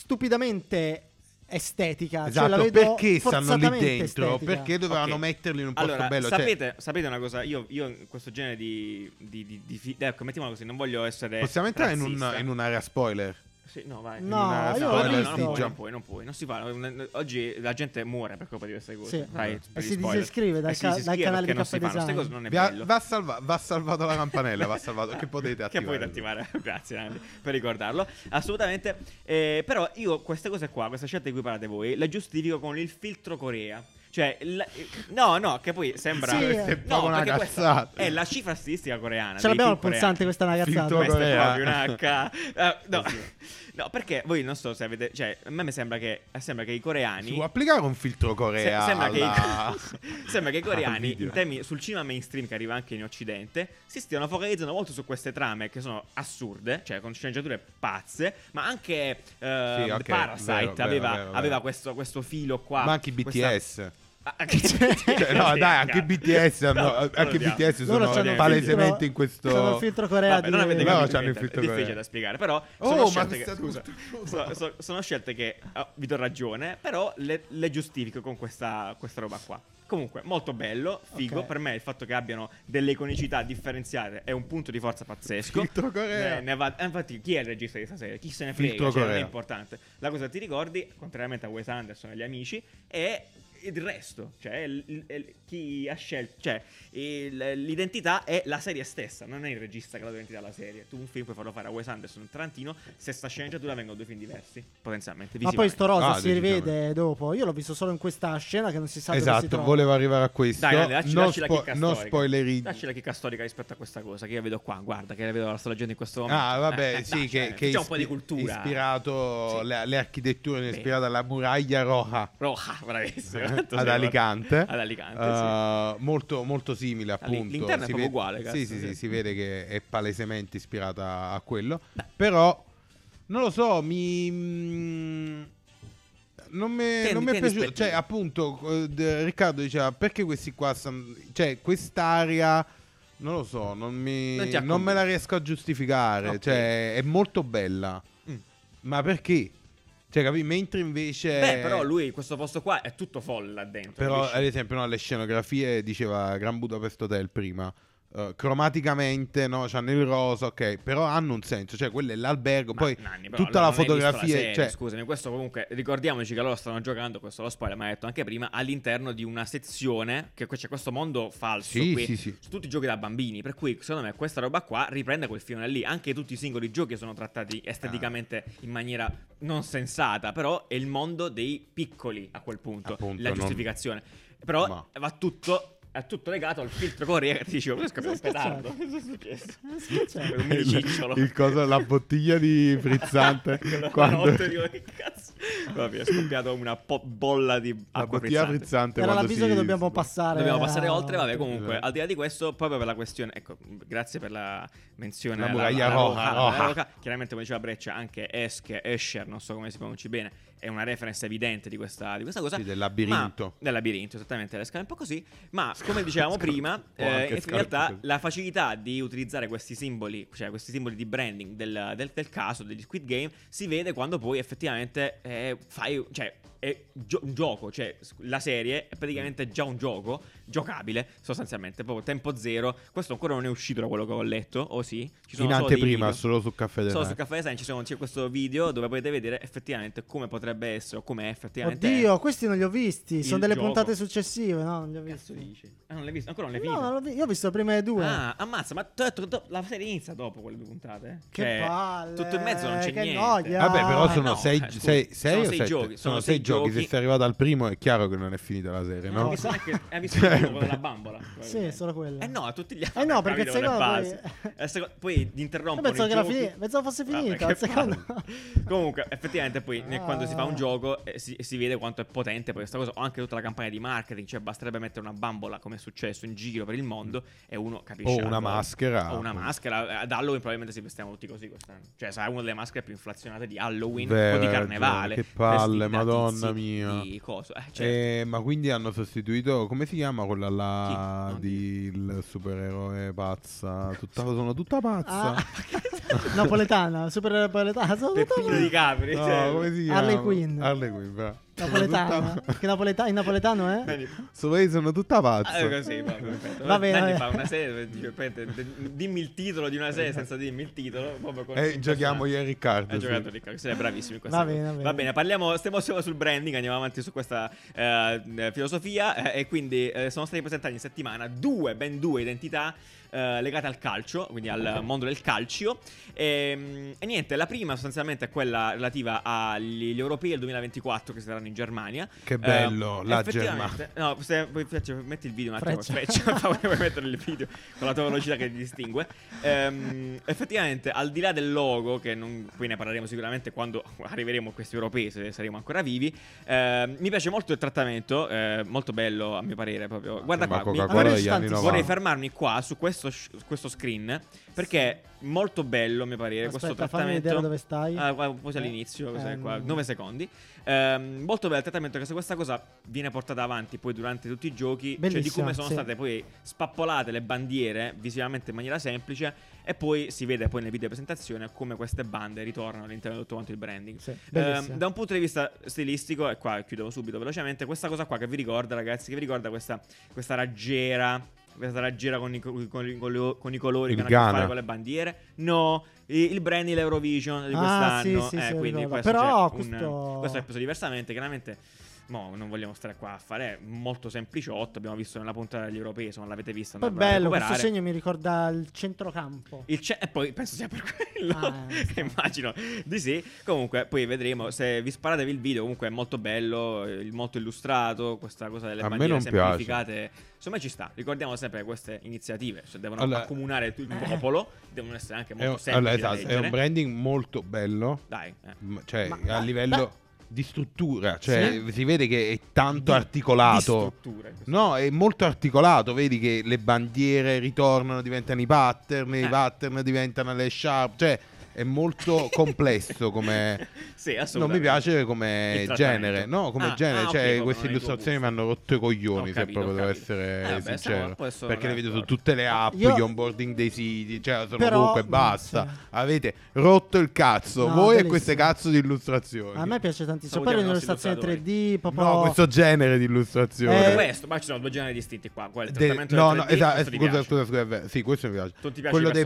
[SPEAKER 3] stupidamente estetica. Cioè, la
[SPEAKER 2] Esatto,
[SPEAKER 3] vedo
[SPEAKER 2] perché stanno lì
[SPEAKER 3] forzatamente
[SPEAKER 2] dentro?
[SPEAKER 3] estetica.
[SPEAKER 2] Perché dovevano
[SPEAKER 1] Ok.
[SPEAKER 2] metterli in un posto
[SPEAKER 1] Allora,
[SPEAKER 2] bello? Cioè,
[SPEAKER 1] sapete, sapete una cosa? Io, io in questo genere di. di, di, di fi- ecco, mettiamola così, non voglio essere.
[SPEAKER 2] possiamo entrare in, un-
[SPEAKER 1] razzista.
[SPEAKER 2] in un'area spoiler?
[SPEAKER 1] Sì, no, vai.
[SPEAKER 3] No,
[SPEAKER 2] in una
[SPEAKER 1] No,
[SPEAKER 3] io l'ho
[SPEAKER 1] no, no,
[SPEAKER 2] spoiler
[SPEAKER 3] visto.
[SPEAKER 1] non puoi,
[SPEAKER 2] spiccia.
[SPEAKER 1] non puoi, non puoi, non si fa. Oggi la gente muore per colpa di queste cose.
[SPEAKER 3] Sì.
[SPEAKER 1] Dai,
[SPEAKER 2] Eh.
[SPEAKER 1] per
[SPEAKER 3] E
[SPEAKER 1] gli
[SPEAKER 3] si
[SPEAKER 1] spoiler.
[SPEAKER 3] disiscrive dal
[SPEAKER 1] Eh, si
[SPEAKER 3] ca- dal
[SPEAKER 1] disiscrive
[SPEAKER 3] canale
[SPEAKER 1] perché
[SPEAKER 3] di
[SPEAKER 1] non si
[SPEAKER 3] Caffè
[SPEAKER 1] fanno, queste
[SPEAKER 3] Design.
[SPEAKER 1] cose non è
[SPEAKER 2] Vi ha-
[SPEAKER 1] bello.
[SPEAKER 2] va, salva- va salvato la campanella, va salvato. Che potete
[SPEAKER 1] Che
[SPEAKER 2] attivare.
[SPEAKER 1] potete attivare, grazie Andy, per ricordarlo. Assolutamente. Eh, però io queste cose qua, questa scelta di cui parlate voi, la giustifico con il filtro Corea. Cioè, la- no, no, che poi sembra...
[SPEAKER 3] Sì,
[SPEAKER 1] no,
[SPEAKER 3] questa è
[SPEAKER 2] proprio una
[SPEAKER 1] perché questa
[SPEAKER 2] cazzata.
[SPEAKER 1] È la cifra statistica coreana.
[SPEAKER 3] Ce
[SPEAKER 1] dei
[SPEAKER 3] l'abbiamo il
[SPEAKER 1] film coreani.
[SPEAKER 3] pulsante, questa è una
[SPEAKER 2] Filtro
[SPEAKER 3] cazzata.
[SPEAKER 1] Questa
[SPEAKER 2] Corea.
[SPEAKER 1] è proprio una H. Eh, no.
[SPEAKER 2] Sì.
[SPEAKER 1] no, perché voi non so se avete... Cioè, a me mi sembra che, sembra che i
[SPEAKER 2] Si
[SPEAKER 1] coreani...
[SPEAKER 2] può applicare un filtro
[SPEAKER 1] Se-
[SPEAKER 2] Corea?
[SPEAKER 1] sembra, che
[SPEAKER 2] alla-
[SPEAKER 1] i, sembra che i
[SPEAKER 2] al
[SPEAKER 1] coreani,
[SPEAKER 2] video.
[SPEAKER 1] in temi, sul cinema mainstream che arriva anche in Occidente, si stiano focalizzando molto su queste trame che sono assurde, cioè con sceneggiature pazze, ma anche eh,
[SPEAKER 2] Sì, ok,
[SPEAKER 1] Parasite
[SPEAKER 2] vero, vero,
[SPEAKER 1] aveva,
[SPEAKER 2] vero, vero.
[SPEAKER 1] aveva Questo, questo filo qua.
[SPEAKER 2] Ma anche i
[SPEAKER 1] questa-
[SPEAKER 2] BTS.
[SPEAKER 1] Ah, anche-
[SPEAKER 2] Cioè, no, dai, anche i BTS, hanno-
[SPEAKER 1] No,
[SPEAKER 2] anche i
[SPEAKER 1] lo odiamo.
[SPEAKER 2] BTS
[SPEAKER 3] Loro
[SPEAKER 2] sono
[SPEAKER 3] c'hanno il
[SPEAKER 2] palesemente
[SPEAKER 3] filtro-
[SPEAKER 2] in questo.
[SPEAKER 3] c'hanno il filtro Corea
[SPEAKER 1] Vabbè,
[SPEAKER 3] di-
[SPEAKER 1] non avete
[SPEAKER 2] No,
[SPEAKER 1] capito
[SPEAKER 2] c'hanno il
[SPEAKER 1] niente,
[SPEAKER 2] filtro
[SPEAKER 1] è difficile
[SPEAKER 2] Corea.
[SPEAKER 1] da spiegare, però
[SPEAKER 2] Oh,
[SPEAKER 1] sono
[SPEAKER 2] ma
[SPEAKER 1] scelte che,
[SPEAKER 2] che sta-
[SPEAKER 1] scusa, so- so- sono scelte che ah, vi do ragione, però le, le giustifico con questa, questa roba qua. Comunque, molto bello, figo.
[SPEAKER 3] Ok.
[SPEAKER 1] Per me il fatto che abbiano delle iconicità differenziate è un punto di forza pazzesco.
[SPEAKER 2] Filtro Corea.
[SPEAKER 1] Ne- ne va- eh, infatti, chi è il regista di stasera? Chi se ne frega?
[SPEAKER 2] Filtro
[SPEAKER 1] cioè, non è
[SPEAKER 2] Corea.
[SPEAKER 1] importante. La cosa che ti ricordi, contrariamente a Wes Anderson e gli amici, è il resto. Cioè, il- il- chi ha scelto. Cioè, il- l'identità è la serie stessa, non è il regista che ha dato l'identità alla serie. Tu un film puoi farlo fare a Wes Anderson, Tarantino, se sta sceneggiatura vengono due film diversi, potenzialmente.
[SPEAKER 3] Ma poi sto rosa
[SPEAKER 2] Ah,
[SPEAKER 3] si rivede
[SPEAKER 2] decisamente.
[SPEAKER 3] dopo. Io l'ho visto solo in questa scena che non si sa dove si
[SPEAKER 2] Esatto,
[SPEAKER 3] trova.
[SPEAKER 2] volevo arrivare a questo.
[SPEAKER 1] Dai, Daniele, dacci,
[SPEAKER 2] non
[SPEAKER 1] dacci la
[SPEAKER 2] spo-
[SPEAKER 1] chicca
[SPEAKER 2] non
[SPEAKER 1] storica.
[SPEAKER 2] spoileri-
[SPEAKER 1] Dacci la chicca storica rispetto a questa cosa che io vedo qua, guarda, che la vedo la sto leggendo in questo momento.
[SPEAKER 2] Ah, vabbè,
[SPEAKER 1] Eh, eh,
[SPEAKER 2] sì,
[SPEAKER 1] dai,
[SPEAKER 2] che,
[SPEAKER 1] cioè,
[SPEAKER 2] che
[SPEAKER 1] facciamo un po' di
[SPEAKER 2] ispi-
[SPEAKER 1] cultura.
[SPEAKER 2] ispirato
[SPEAKER 1] Sì.
[SPEAKER 2] le, le architetture,
[SPEAKER 1] Beh.
[SPEAKER 2] ispirata alla muraglia roja.
[SPEAKER 1] Roja, ah, bravissimo. Tanto
[SPEAKER 2] ad
[SPEAKER 1] sei-
[SPEAKER 2] Alicante,
[SPEAKER 1] Ad Alicante, sì.
[SPEAKER 2] Eh, molto, molto simile
[SPEAKER 1] Ah, lì-
[SPEAKER 2] appunto.
[SPEAKER 1] l'interno è
[SPEAKER 2] Si
[SPEAKER 1] proprio
[SPEAKER 2] vede-
[SPEAKER 1] uguale, cazzo,
[SPEAKER 2] Sì, sì,
[SPEAKER 1] sì.
[SPEAKER 2] sì, si vede che è palesemente ispirata a quello. Però non lo so, mi mm, non mi
[SPEAKER 1] Tendi-
[SPEAKER 2] non mi è
[SPEAKER 1] tendi
[SPEAKER 2] piaciuto,
[SPEAKER 1] aspetti.
[SPEAKER 2] cioè appunto eh, d- Riccardo diceva perché questi qua stanno cioè quest'area non lo so, non, mi,
[SPEAKER 1] Non ti ha
[SPEAKER 2] non me la riesco a giustificare.
[SPEAKER 1] Ok.
[SPEAKER 2] Cioè, è molto bella.
[SPEAKER 1] Mm.
[SPEAKER 2] Ma perché? Cioè, capi? Mentre invece...
[SPEAKER 1] Beh, però lui, questo posto qua è tutto folle là dentro.
[SPEAKER 2] eh, Però, eh,
[SPEAKER 1] capisci?
[SPEAKER 2] ad esempio, no, le scenografie diceva Gran Budapest Hotel prima. eh, cromaticamente, no, c'hanno il rosa, ok, però hanno un senso, cioè quello è l'albergo,
[SPEAKER 1] Ma,
[SPEAKER 2] poi
[SPEAKER 1] Nanni, però,
[SPEAKER 2] tutta
[SPEAKER 1] non
[SPEAKER 2] la
[SPEAKER 1] hai visto
[SPEAKER 2] fotografia,
[SPEAKER 1] serie,
[SPEAKER 2] cioè,
[SPEAKER 1] Scusami, questo comunque ricordiamoci che loro stanno giocando, questo lo spoiler, ma hai detto anche prima, all'interno di una sezione che que- c'è questo mondo falso
[SPEAKER 2] sì,
[SPEAKER 1] qui.
[SPEAKER 2] sì, sì.
[SPEAKER 1] Sono tutti giochi da bambini, per cui secondo me questa roba qua riprende quel filone lì. Anche tutti i singoli giochi sono trattati esteticamente
[SPEAKER 2] Ah.
[SPEAKER 1] in maniera non sensata, però è il mondo dei piccoli a quel punto,
[SPEAKER 2] Appunto,
[SPEAKER 1] la
[SPEAKER 2] non-
[SPEAKER 1] giustificazione. Però
[SPEAKER 2] Ma-
[SPEAKER 1] va tutto è tutto legato al filtro Corea che ti dicevo, questo è un
[SPEAKER 3] Cosa è
[SPEAKER 1] petardo.
[SPEAKER 3] successo?
[SPEAKER 1] Cosa è successo?
[SPEAKER 3] successo?
[SPEAKER 1] Un mini cicciolo.
[SPEAKER 2] Il coso, la bottiglia di frizzante,
[SPEAKER 1] Quella
[SPEAKER 2] quando,
[SPEAKER 1] notte dico, che cazzo. Vabbè, è scoppiata una po- bolla di
[SPEAKER 2] la
[SPEAKER 1] acqua
[SPEAKER 2] bottiglia
[SPEAKER 1] frizzante.
[SPEAKER 2] frizzante
[SPEAKER 3] Era
[SPEAKER 2] quando
[SPEAKER 3] l'avviso
[SPEAKER 2] si-
[SPEAKER 3] che dobbiamo
[SPEAKER 2] si-
[SPEAKER 3] passare.
[SPEAKER 1] Dobbiamo passare
[SPEAKER 3] a-
[SPEAKER 1] oltre, vabbè, comunque,
[SPEAKER 2] Esatto.
[SPEAKER 1] al di là di questo, proprio per la questione, ecco, grazie per la menzione
[SPEAKER 2] La
[SPEAKER 1] alla-
[SPEAKER 2] muraglia
[SPEAKER 1] alla
[SPEAKER 2] roja,
[SPEAKER 1] alla
[SPEAKER 2] roja.
[SPEAKER 1] roja. chiaramente come diceva Breccia, anche Esch, Escher, non so come si pronunci bene, è una reference evidente di questa, di questa cosa,
[SPEAKER 2] Sì, del labirinto.
[SPEAKER 1] del labirinto, esattamente, le scale un po' così, ma come dicevamo
[SPEAKER 2] Scar-
[SPEAKER 1] prima,
[SPEAKER 2] può anche
[SPEAKER 1] eh, in
[SPEAKER 2] scarpe
[SPEAKER 1] realtà
[SPEAKER 2] così.
[SPEAKER 1] la facilità di utilizzare questi simboli, cioè questi simboli di branding del, del- del caso, degli Squid Game, si vede quando poi effettivamente eh, fai, cioè è gio- un gioco, cioè s- la serie è praticamente già un gioco giocabile sostanzialmente, proprio tempo zero, questo ancora non è uscito da quello che ho letto, o sì? Ci
[SPEAKER 2] in
[SPEAKER 1] solo dei
[SPEAKER 2] anteprima,
[SPEAKER 1] video.
[SPEAKER 2] solo su Caffè del
[SPEAKER 1] Solo
[SPEAKER 2] Re.
[SPEAKER 1] su Caffè Design ci sono- c'è questo video dove potete vedere effettivamente come potrebbe essere o come è effettivamente.
[SPEAKER 3] Oddio, questi non li ho visti.
[SPEAKER 1] eh, Il
[SPEAKER 3] Sono delle
[SPEAKER 1] gioco.
[SPEAKER 3] puntate successive. No, non li ho
[SPEAKER 1] Che cazzo
[SPEAKER 3] visti.
[SPEAKER 1] dici? Ah, non l'hai visto? Ancora non l'hai
[SPEAKER 3] No,
[SPEAKER 1] finito?
[SPEAKER 3] non l'ho vi- io ho visto le prime due.
[SPEAKER 1] Ah, ammazza, ma t'ho detto che do- la serie inizia dopo quelle due puntate.
[SPEAKER 3] Che
[SPEAKER 1] Cioè,
[SPEAKER 3] palle,
[SPEAKER 1] Tutto in mezzo non c'è
[SPEAKER 3] che
[SPEAKER 1] niente.
[SPEAKER 3] noia.
[SPEAKER 2] Vabbè, però
[SPEAKER 3] Ah,
[SPEAKER 2] sono
[SPEAKER 1] no,
[SPEAKER 2] sei,
[SPEAKER 1] eh, scusa,
[SPEAKER 2] sei, sei
[SPEAKER 1] sono
[SPEAKER 2] o
[SPEAKER 1] sei
[SPEAKER 2] sette?
[SPEAKER 1] giochi, sono
[SPEAKER 2] sono
[SPEAKER 1] sei
[SPEAKER 2] sei giochi.
[SPEAKER 1] giochi. Eh,
[SPEAKER 2] Se sei arrivato al primo, è chiaro che non è finita la serie,
[SPEAKER 1] Non ho
[SPEAKER 2] no? Cioè,
[SPEAKER 1] visto neanche- hai visto il film con la bambola?
[SPEAKER 3] Sì, solo quello.
[SPEAKER 1] Eh no, a tutti gli altri.
[SPEAKER 3] Eh no, perché il
[SPEAKER 1] capito,
[SPEAKER 3] secondo
[SPEAKER 1] le
[SPEAKER 3] poi...
[SPEAKER 1] basi. Eh, secondo- Poi ti
[SPEAKER 3] Io
[SPEAKER 1] interrompono
[SPEAKER 3] pensavo,
[SPEAKER 1] i
[SPEAKER 3] che era
[SPEAKER 1] giochi.
[SPEAKER 3] fini- pensavo fosse
[SPEAKER 1] Vabbè,
[SPEAKER 3] finita.
[SPEAKER 1] che
[SPEAKER 3] il secondo.
[SPEAKER 1] Comunque, effettivamente, poi ne-
[SPEAKER 3] Ah.
[SPEAKER 1] quando si fa un gioco eh, si, si vede quanto è potente poi questa cosa. O anche tutta la campagna di marketing. Cioè, basterebbe mettere una bambola, come è successo in giro per il mondo,
[SPEAKER 3] Mm.
[SPEAKER 1] e uno capisce.
[SPEAKER 2] O
[SPEAKER 1] la
[SPEAKER 2] una
[SPEAKER 1] cosa.
[SPEAKER 2] maschera.
[SPEAKER 1] eh.
[SPEAKER 2] mm.
[SPEAKER 1] O una maschera. eh, Ad Halloween, probabilmente si vestiamo tutti così quest'anno. Cioè, sarà una delle maschere più inflazionate di Halloween
[SPEAKER 2] Beh,
[SPEAKER 1] o di
[SPEAKER 2] hai
[SPEAKER 1] carnevale.
[SPEAKER 2] ragione, che palle,
[SPEAKER 1] vestiti da
[SPEAKER 2] madonna
[SPEAKER 1] tizi,
[SPEAKER 2] mia.
[SPEAKER 1] Di coso. Eh, certo.
[SPEAKER 2] Eh, ma quindi hanno sostituito come si chiama quella là
[SPEAKER 1] Chi? Non
[SPEAKER 2] di il supereroe pazza? Tutta, sono tutta pazza.
[SPEAKER 3] Ah. Napoletana, super napoletana. Sono
[SPEAKER 1] Peppino di Capri.
[SPEAKER 2] No,
[SPEAKER 1] cioè.
[SPEAKER 2] come si chiama?
[SPEAKER 3] Harley Quinn.
[SPEAKER 2] Harley Quinn, bravo. Sono
[SPEAKER 3] Napoletana.
[SPEAKER 2] tutta-
[SPEAKER 3] Perché napoleta- in napoletano eh? è?
[SPEAKER 1] Quindi-
[SPEAKER 2] Sono, sono tutta pazza.
[SPEAKER 1] Ah, così, va, perfetto.
[SPEAKER 3] Va bene,
[SPEAKER 1] Nanni
[SPEAKER 3] va
[SPEAKER 1] fa
[SPEAKER 3] bene.
[SPEAKER 1] una serie dove dice, "Aspetta, de- dimmi il titolo di una serie senza dirmi il titolo. proprio
[SPEAKER 3] Eh,
[SPEAKER 1] con-
[SPEAKER 2] E giochiamo io e Riccardo.
[SPEAKER 1] Ha
[SPEAKER 2] sì.
[SPEAKER 1] giocato Riccardo, sei bravissimo in questa
[SPEAKER 3] Va
[SPEAKER 1] cosa.
[SPEAKER 3] bene, va bene.
[SPEAKER 1] parliamo, stiamo solo sul branding, andiamo avanti su questa eh, filosofia eh, e quindi eh, sono stati presentati in settimana due, ben due identità eh, legate al calcio, quindi al mondo del calcio. Ehm, E, niente, la prima sostanzialmente è quella relativa agli gli europei del 2024 che si saranno in Germania.
[SPEAKER 2] Che bello,
[SPEAKER 1] Ehm,
[SPEAKER 2] la
[SPEAKER 1] effettivamente-
[SPEAKER 2] Germania.
[SPEAKER 1] No, se, puoi- faccio- metti il video un attimo,
[SPEAKER 3] Freccia.
[SPEAKER 1] Freccia, fa- puoi mettere il video con la tua velocità che ti distingue. Ehm, effettivamente, al di là del logo, che non, qui ne parleremo sicuramente quando arriveremo a questi europei, se saremo ancora vivi, ehm, mi piace molto il trattamento, eh, molto bello a mio parere proprio. Guarda
[SPEAKER 2] Sembra
[SPEAKER 1] qua, mi-
[SPEAKER 2] Cioè, Coca-Cola
[SPEAKER 3] mi-
[SPEAKER 2] degli anni
[SPEAKER 3] vorrei
[SPEAKER 2] 90.
[SPEAKER 1] vorrei fermarmi qua su questo, sh- su questo screen perché è molto bello a mio parere questo
[SPEAKER 3] Aspetta, fammi vedere
[SPEAKER 1] trattamento.
[SPEAKER 3] dove stai.
[SPEAKER 1] Ah, qua, poi all'inizio, cos'è
[SPEAKER 3] Ehm.
[SPEAKER 1] qua? 9 secondi. Ehm, molto bello il trattamento che se questa cosa viene portata avanti poi durante tutti i giochi, cioè di
[SPEAKER 3] Bellissimo,
[SPEAKER 1] come sono
[SPEAKER 3] sì.
[SPEAKER 1] state poi spappolate le bandiere visivamente in maniera semplice e poi si vede poi nel video presentazione come queste bande ritornano all'interno di tutto quanto il branding.
[SPEAKER 3] Sì,
[SPEAKER 1] Ehm,
[SPEAKER 3] bellissimo.
[SPEAKER 1] da un punto di vista stilistico, e qua chiudo subito velocemente, questa cosa qua che vi ricorda ragazzi, che vi ricorda questa, questa raggiera, questa raggiera con i, co- con i- con le- con i colori
[SPEAKER 2] Il
[SPEAKER 1] che hanno a che
[SPEAKER 2] Ghana.
[SPEAKER 1] fare con le bandiere? No, i- il brand l'Eurovision di
[SPEAKER 3] Ah,
[SPEAKER 1] quest'anno.
[SPEAKER 3] sì, sì,
[SPEAKER 1] eh,
[SPEAKER 3] sì,
[SPEAKER 1] quindi
[SPEAKER 3] ricordo.
[SPEAKER 1] questo
[SPEAKER 3] Però
[SPEAKER 1] c'è un-
[SPEAKER 3] questo-
[SPEAKER 1] questo è preso diversamente, chiaramente... Mo, non vogliamo stare qua a fare è molto sempliciotto. Abbiamo visto nella puntata degli europei, se non l'avete vista,
[SPEAKER 3] Poi
[SPEAKER 1] andatevela a
[SPEAKER 3] bello, questo
[SPEAKER 1] recuperare.
[SPEAKER 3] segno mi ricorda il centrocampo.
[SPEAKER 1] Il ce- e poi penso sia per quello.
[SPEAKER 3] Ah, eh.
[SPEAKER 1] Immagino di sì. Comunque, poi vedremo. Se vi sparatevi il video, comunque è molto bello, eh, molto illustrato. Questa cosa delle
[SPEAKER 2] A me
[SPEAKER 1] bandiere
[SPEAKER 2] non piace.
[SPEAKER 1] semplificate. Insomma, ci sta. Ricordiamo sempre queste iniziative. Cioè, devono
[SPEAKER 2] Allora-
[SPEAKER 1] accomunare tutto il
[SPEAKER 3] Eh.
[SPEAKER 1] popolo. Devono essere anche
[SPEAKER 2] È un-
[SPEAKER 1] molto semplici.
[SPEAKER 2] allora,
[SPEAKER 1] da
[SPEAKER 2] esatto, è un
[SPEAKER 1] leggere.
[SPEAKER 2] branding molto bello,
[SPEAKER 1] Dai, eh.
[SPEAKER 2] m- cioè
[SPEAKER 3] Ma-
[SPEAKER 2] a
[SPEAKER 3] ma-
[SPEAKER 2] livello di struttura, cioè
[SPEAKER 1] Sì.
[SPEAKER 2] si vede che è tanto
[SPEAKER 1] Di- di
[SPEAKER 2] articolato.
[SPEAKER 1] strutture, questo.
[SPEAKER 2] No, è molto articolato, vedi che le bandiere ritornano, diventano i pattern,
[SPEAKER 1] Eh.
[SPEAKER 2] i pattern diventano le sharp, cioè è è molto complesso come...
[SPEAKER 1] Sì,
[SPEAKER 2] Non mi
[SPEAKER 1] assolutamente.
[SPEAKER 2] piace
[SPEAKER 1] Il
[SPEAKER 2] come
[SPEAKER 1] trattamento.
[SPEAKER 2] genere, no, come
[SPEAKER 1] Ah,
[SPEAKER 2] genere,
[SPEAKER 1] ah, ok,
[SPEAKER 2] cioè
[SPEAKER 1] proprio
[SPEAKER 2] queste
[SPEAKER 1] non è il tuo
[SPEAKER 2] illustrazioni mi
[SPEAKER 1] gusto.
[SPEAKER 2] hanno rotto i coglioni,
[SPEAKER 1] Ho
[SPEAKER 2] se
[SPEAKER 1] capito,
[SPEAKER 2] proprio
[SPEAKER 1] ho
[SPEAKER 2] devo
[SPEAKER 1] capito.
[SPEAKER 2] essere
[SPEAKER 1] Eh, vabbè, siamo-
[SPEAKER 2] sincero,
[SPEAKER 1] poi sono
[SPEAKER 2] perché le vedo su
[SPEAKER 1] d'accordo.
[SPEAKER 2] tutte le app,
[SPEAKER 3] Io-
[SPEAKER 2] gli onboarding dei siti, cioè sono
[SPEAKER 3] Però-
[SPEAKER 2] ovunque, basta,
[SPEAKER 3] sì.
[SPEAKER 2] avete rotto il cazzo, voi
[SPEAKER 3] No,
[SPEAKER 2] e
[SPEAKER 3] bellissimo.
[SPEAKER 2] queste cazzo di illustrazioni,
[SPEAKER 3] A me piace tantissimo. Poi
[SPEAKER 1] Salutiamo i nostri
[SPEAKER 3] l'illustrazione 3D, proprio...
[SPEAKER 2] no, questo genere di
[SPEAKER 3] Eh,
[SPEAKER 2] illustrazione.
[SPEAKER 1] Questo, ma ci sono due generi distinti qua. Quello il
[SPEAKER 2] De-
[SPEAKER 1] trattamento
[SPEAKER 2] no,
[SPEAKER 1] del
[SPEAKER 2] no,
[SPEAKER 1] 3D,
[SPEAKER 2] esatto,
[SPEAKER 1] questo ti
[SPEAKER 2] scusa,
[SPEAKER 1] piace.
[SPEAKER 2] scusa, scusa, è vero. sì, questo mi piace.
[SPEAKER 1] Non ti piace
[SPEAKER 2] quello
[SPEAKER 1] i
[SPEAKER 2] dei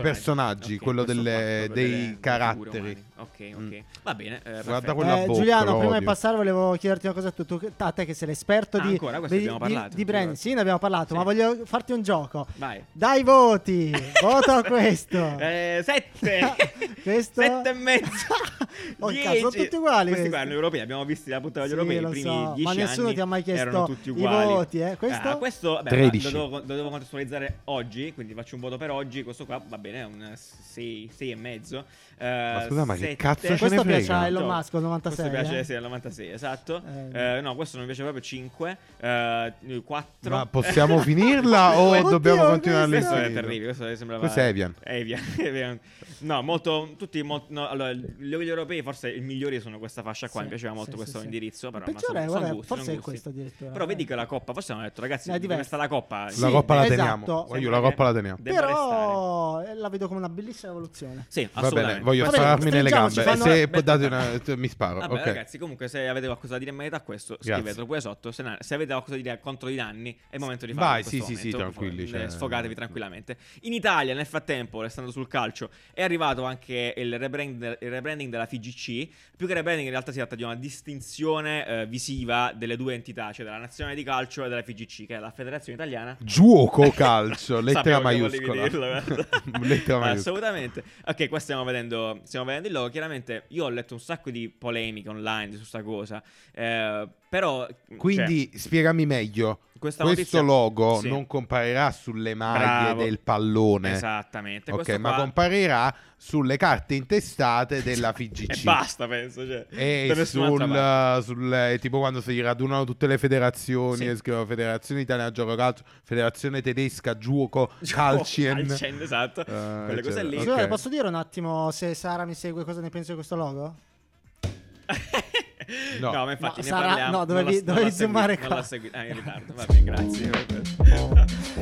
[SPEAKER 1] personaggi?
[SPEAKER 2] personaggi,
[SPEAKER 1] Ok,
[SPEAKER 2] quello
[SPEAKER 1] questo
[SPEAKER 2] delle-
[SPEAKER 1] qua, proprio delle-
[SPEAKER 2] dei
[SPEAKER 1] delle
[SPEAKER 2] caratteri.
[SPEAKER 1] figure
[SPEAKER 2] Mm.
[SPEAKER 1] umane. Ok, ok. Va bene. eh,
[SPEAKER 2] Guarda
[SPEAKER 1] perfetto.
[SPEAKER 2] quella
[SPEAKER 3] Eh,
[SPEAKER 2] bocca,
[SPEAKER 3] Giuliano,
[SPEAKER 2] lo
[SPEAKER 3] prima di
[SPEAKER 2] odio.
[SPEAKER 3] passare volevo chiederti una cosa tu, tu- a te che sei l'esperto
[SPEAKER 1] Ah,
[SPEAKER 3] di,
[SPEAKER 1] ancora? Questo
[SPEAKER 3] di-
[SPEAKER 1] abbiamo
[SPEAKER 3] di-
[SPEAKER 1] parlato,
[SPEAKER 3] di brand,
[SPEAKER 1] figurati.
[SPEAKER 3] sì, ne abbiamo parlato,
[SPEAKER 1] Sì.
[SPEAKER 3] ma voglio farti un gioco.
[SPEAKER 1] Vai.
[SPEAKER 3] Dai voti, voto a questo.
[SPEAKER 1] Eh, sette.
[SPEAKER 3] Questo-
[SPEAKER 1] Sette e mezzo.
[SPEAKER 3] Oh,
[SPEAKER 1] Dieci.
[SPEAKER 3] cazzo, sono tutti uguali
[SPEAKER 1] Questi
[SPEAKER 3] questi.
[SPEAKER 1] qua erano europei. Abbiamo visto la puntata degli
[SPEAKER 3] Sì,
[SPEAKER 1] europei.
[SPEAKER 3] lo
[SPEAKER 1] I primi
[SPEAKER 3] so, ma
[SPEAKER 1] dieci
[SPEAKER 3] nessuno
[SPEAKER 1] anni
[SPEAKER 3] ti ha mai
[SPEAKER 1] erano
[SPEAKER 3] chiesto
[SPEAKER 1] tutti
[SPEAKER 3] i
[SPEAKER 1] uguali.
[SPEAKER 3] voti, eh. Questo?
[SPEAKER 1] Ah, questo vabbè,
[SPEAKER 2] 13.
[SPEAKER 1] Lo, devo, lo devo contestualizzare oggi. Quindi faccio un voto per oggi. Questo qua va bene. È un 6 e mezzo. Eh,
[SPEAKER 2] Ma scusa, ma che
[SPEAKER 1] sette-
[SPEAKER 2] cazzo ce ne
[SPEAKER 3] Questo piace
[SPEAKER 2] frega?
[SPEAKER 3] a Elon Musk, il 96.
[SPEAKER 1] Questo piace,
[SPEAKER 3] eh.
[SPEAKER 1] sì, al 96, esatto.
[SPEAKER 3] Eh.
[SPEAKER 1] Eh, no, questo non mi piace proprio 5, eh, 4.
[SPEAKER 2] Ma possiamo finirla o
[SPEAKER 3] Oddio,
[SPEAKER 2] dobbiamo continuare
[SPEAKER 3] questo-
[SPEAKER 1] questo è
[SPEAKER 2] all'infinito?
[SPEAKER 1] terribile, questo sembrava
[SPEAKER 2] Ah, Questo è Evian.
[SPEAKER 1] Evian, Evian. No, molto tutti mol- no, allora, gli gli europei forse i migliori sono questa fascia qua,
[SPEAKER 3] Sì,
[SPEAKER 1] mi piaceva
[SPEAKER 3] sì,
[SPEAKER 1] molto
[SPEAKER 3] sì,
[SPEAKER 1] questo
[SPEAKER 3] sì.
[SPEAKER 1] indirizzo, però
[SPEAKER 3] Il
[SPEAKER 1] ma
[SPEAKER 3] peggiore,
[SPEAKER 1] sono- sono
[SPEAKER 3] guarda,
[SPEAKER 1] gusti,
[SPEAKER 3] forse
[SPEAKER 1] sono
[SPEAKER 3] è
[SPEAKER 1] gusti.
[SPEAKER 3] questo addirittura.
[SPEAKER 1] Però vedi
[SPEAKER 3] Eh.
[SPEAKER 1] che la coppa, forse hanno detto ragazzi,
[SPEAKER 3] È
[SPEAKER 1] dove
[SPEAKER 3] diverso.
[SPEAKER 1] sta la coppa?
[SPEAKER 3] Sì,
[SPEAKER 2] La coppa la
[SPEAKER 3] esatto.
[SPEAKER 2] teniamo.
[SPEAKER 3] Sembra
[SPEAKER 2] Io la coppa la
[SPEAKER 1] Debba
[SPEAKER 2] teniamo.
[SPEAKER 1] restare.
[SPEAKER 3] Però eh, la vedo come una bellissima evoluzione.
[SPEAKER 1] Sì,
[SPEAKER 2] Va bene,
[SPEAKER 1] assolutamente.
[SPEAKER 2] voglio
[SPEAKER 3] Va bene,
[SPEAKER 2] spararmi nelle
[SPEAKER 3] stringiamoci,
[SPEAKER 2] gambe.
[SPEAKER 3] fanno-
[SPEAKER 2] Se
[SPEAKER 1] Beh,
[SPEAKER 2] date una... mi sparo.
[SPEAKER 1] Vabbè,
[SPEAKER 2] ok.
[SPEAKER 1] ragazzi, comunque, se avete qualcosa da dire in merito a questo,
[SPEAKER 2] Grazie.
[SPEAKER 1] scrivetelo pure sotto. Se, na- se avete qualcosa da dire contro i danni, è il momento di farlo.
[SPEAKER 2] Vai,
[SPEAKER 1] in questo
[SPEAKER 2] sì, sì, sì,
[SPEAKER 1] momento.
[SPEAKER 2] tranquilli,
[SPEAKER 1] Eh,
[SPEAKER 2] cioè-
[SPEAKER 1] Sfogatevi tranquillamente. In Italia, nel frattempo, restando sul calcio, è arrivato anche il rebrand- il rebranding della FIGC. Più che rebranding, in realtà si tratta di una distinzione eh, visiva delle due entità, cioè della nazionale di calcio e della FIGC, che è la Federazione Italiana
[SPEAKER 2] Gioco calcio, Esatto, lettera
[SPEAKER 1] Sapevo che volevi
[SPEAKER 2] maiuscola.
[SPEAKER 1] dirlo, eh. guarda.
[SPEAKER 2] lettera maiuscola.
[SPEAKER 1] Assolutamente. Ok, qua stiamo vedendo, stiamo vedendo il logo. Chiaramente io ho letto un sacco di polemiche online su sta cosa. eh, però...
[SPEAKER 2] Quindi spiegami meglio.
[SPEAKER 1] cioè, questa
[SPEAKER 2] Questo
[SPEAKER 1] notizia-
[SPEAKER 2] logo
[SPEAKER 1] cioè, sì,
[SPEAKER 2] non comparirà sulle maglie
[SPEAKER 1] Bravo. Esatto.
[SPEAKER 2] del pallone.
[SPEAKER 1] Esattamente.
[SPEAKER 2] Ok,
[SPEAKER 1] questo
[SPEAKER 2] ma
[SPEAKER 1] qua-
[SPEAKER 2] comparirà sulle carte intestate della FIGC.
[SPEAKER 1] E basta, penso. Cioè,
[SPEAKER 2] E
[SPEAKER 1] da nessun'altra parte.
[SPEAKER 2] sul, sul- tipo quando si radunano tutte le federazioni
[SPEAKER 1] Sì.
[SPEAKER 2] e scrivono Federazione Italiana Gioco Calcio, Federazione Tedesca Gioco Calcien.
[SPEAKER 1] Calcien, esatto.
[SPEAKER 2] Eh,
[SPEAKER 1] Quelle cose
[SPEAKER 2] eccetera.
[SPEAKER 1] lì. Cioè,
[SPEAKER 2] Ok.
[SPEAKER 3] Scusate, posso dire un attimo se Sara mi segue cosa ne penso di questo logo?
[SPEAKER 2] No.
[SPEAKER 1] No, ma infatti ne
[SPEAKER 3] No, Sara-
[SPEAKER 1] parliamo.
[SPEAKER 3] no, dovevi-
[SPEAKER 1] non la- non
[SPEAKER 3] dovevi
[SPEAKER 1] la segui-
[SPEAKER 3] zoomare
[SPEAKER 1] non
[SPEAKER 3] qua.
[SPEAKER 1] la segui- ah, in ritardo, va bene, grazie.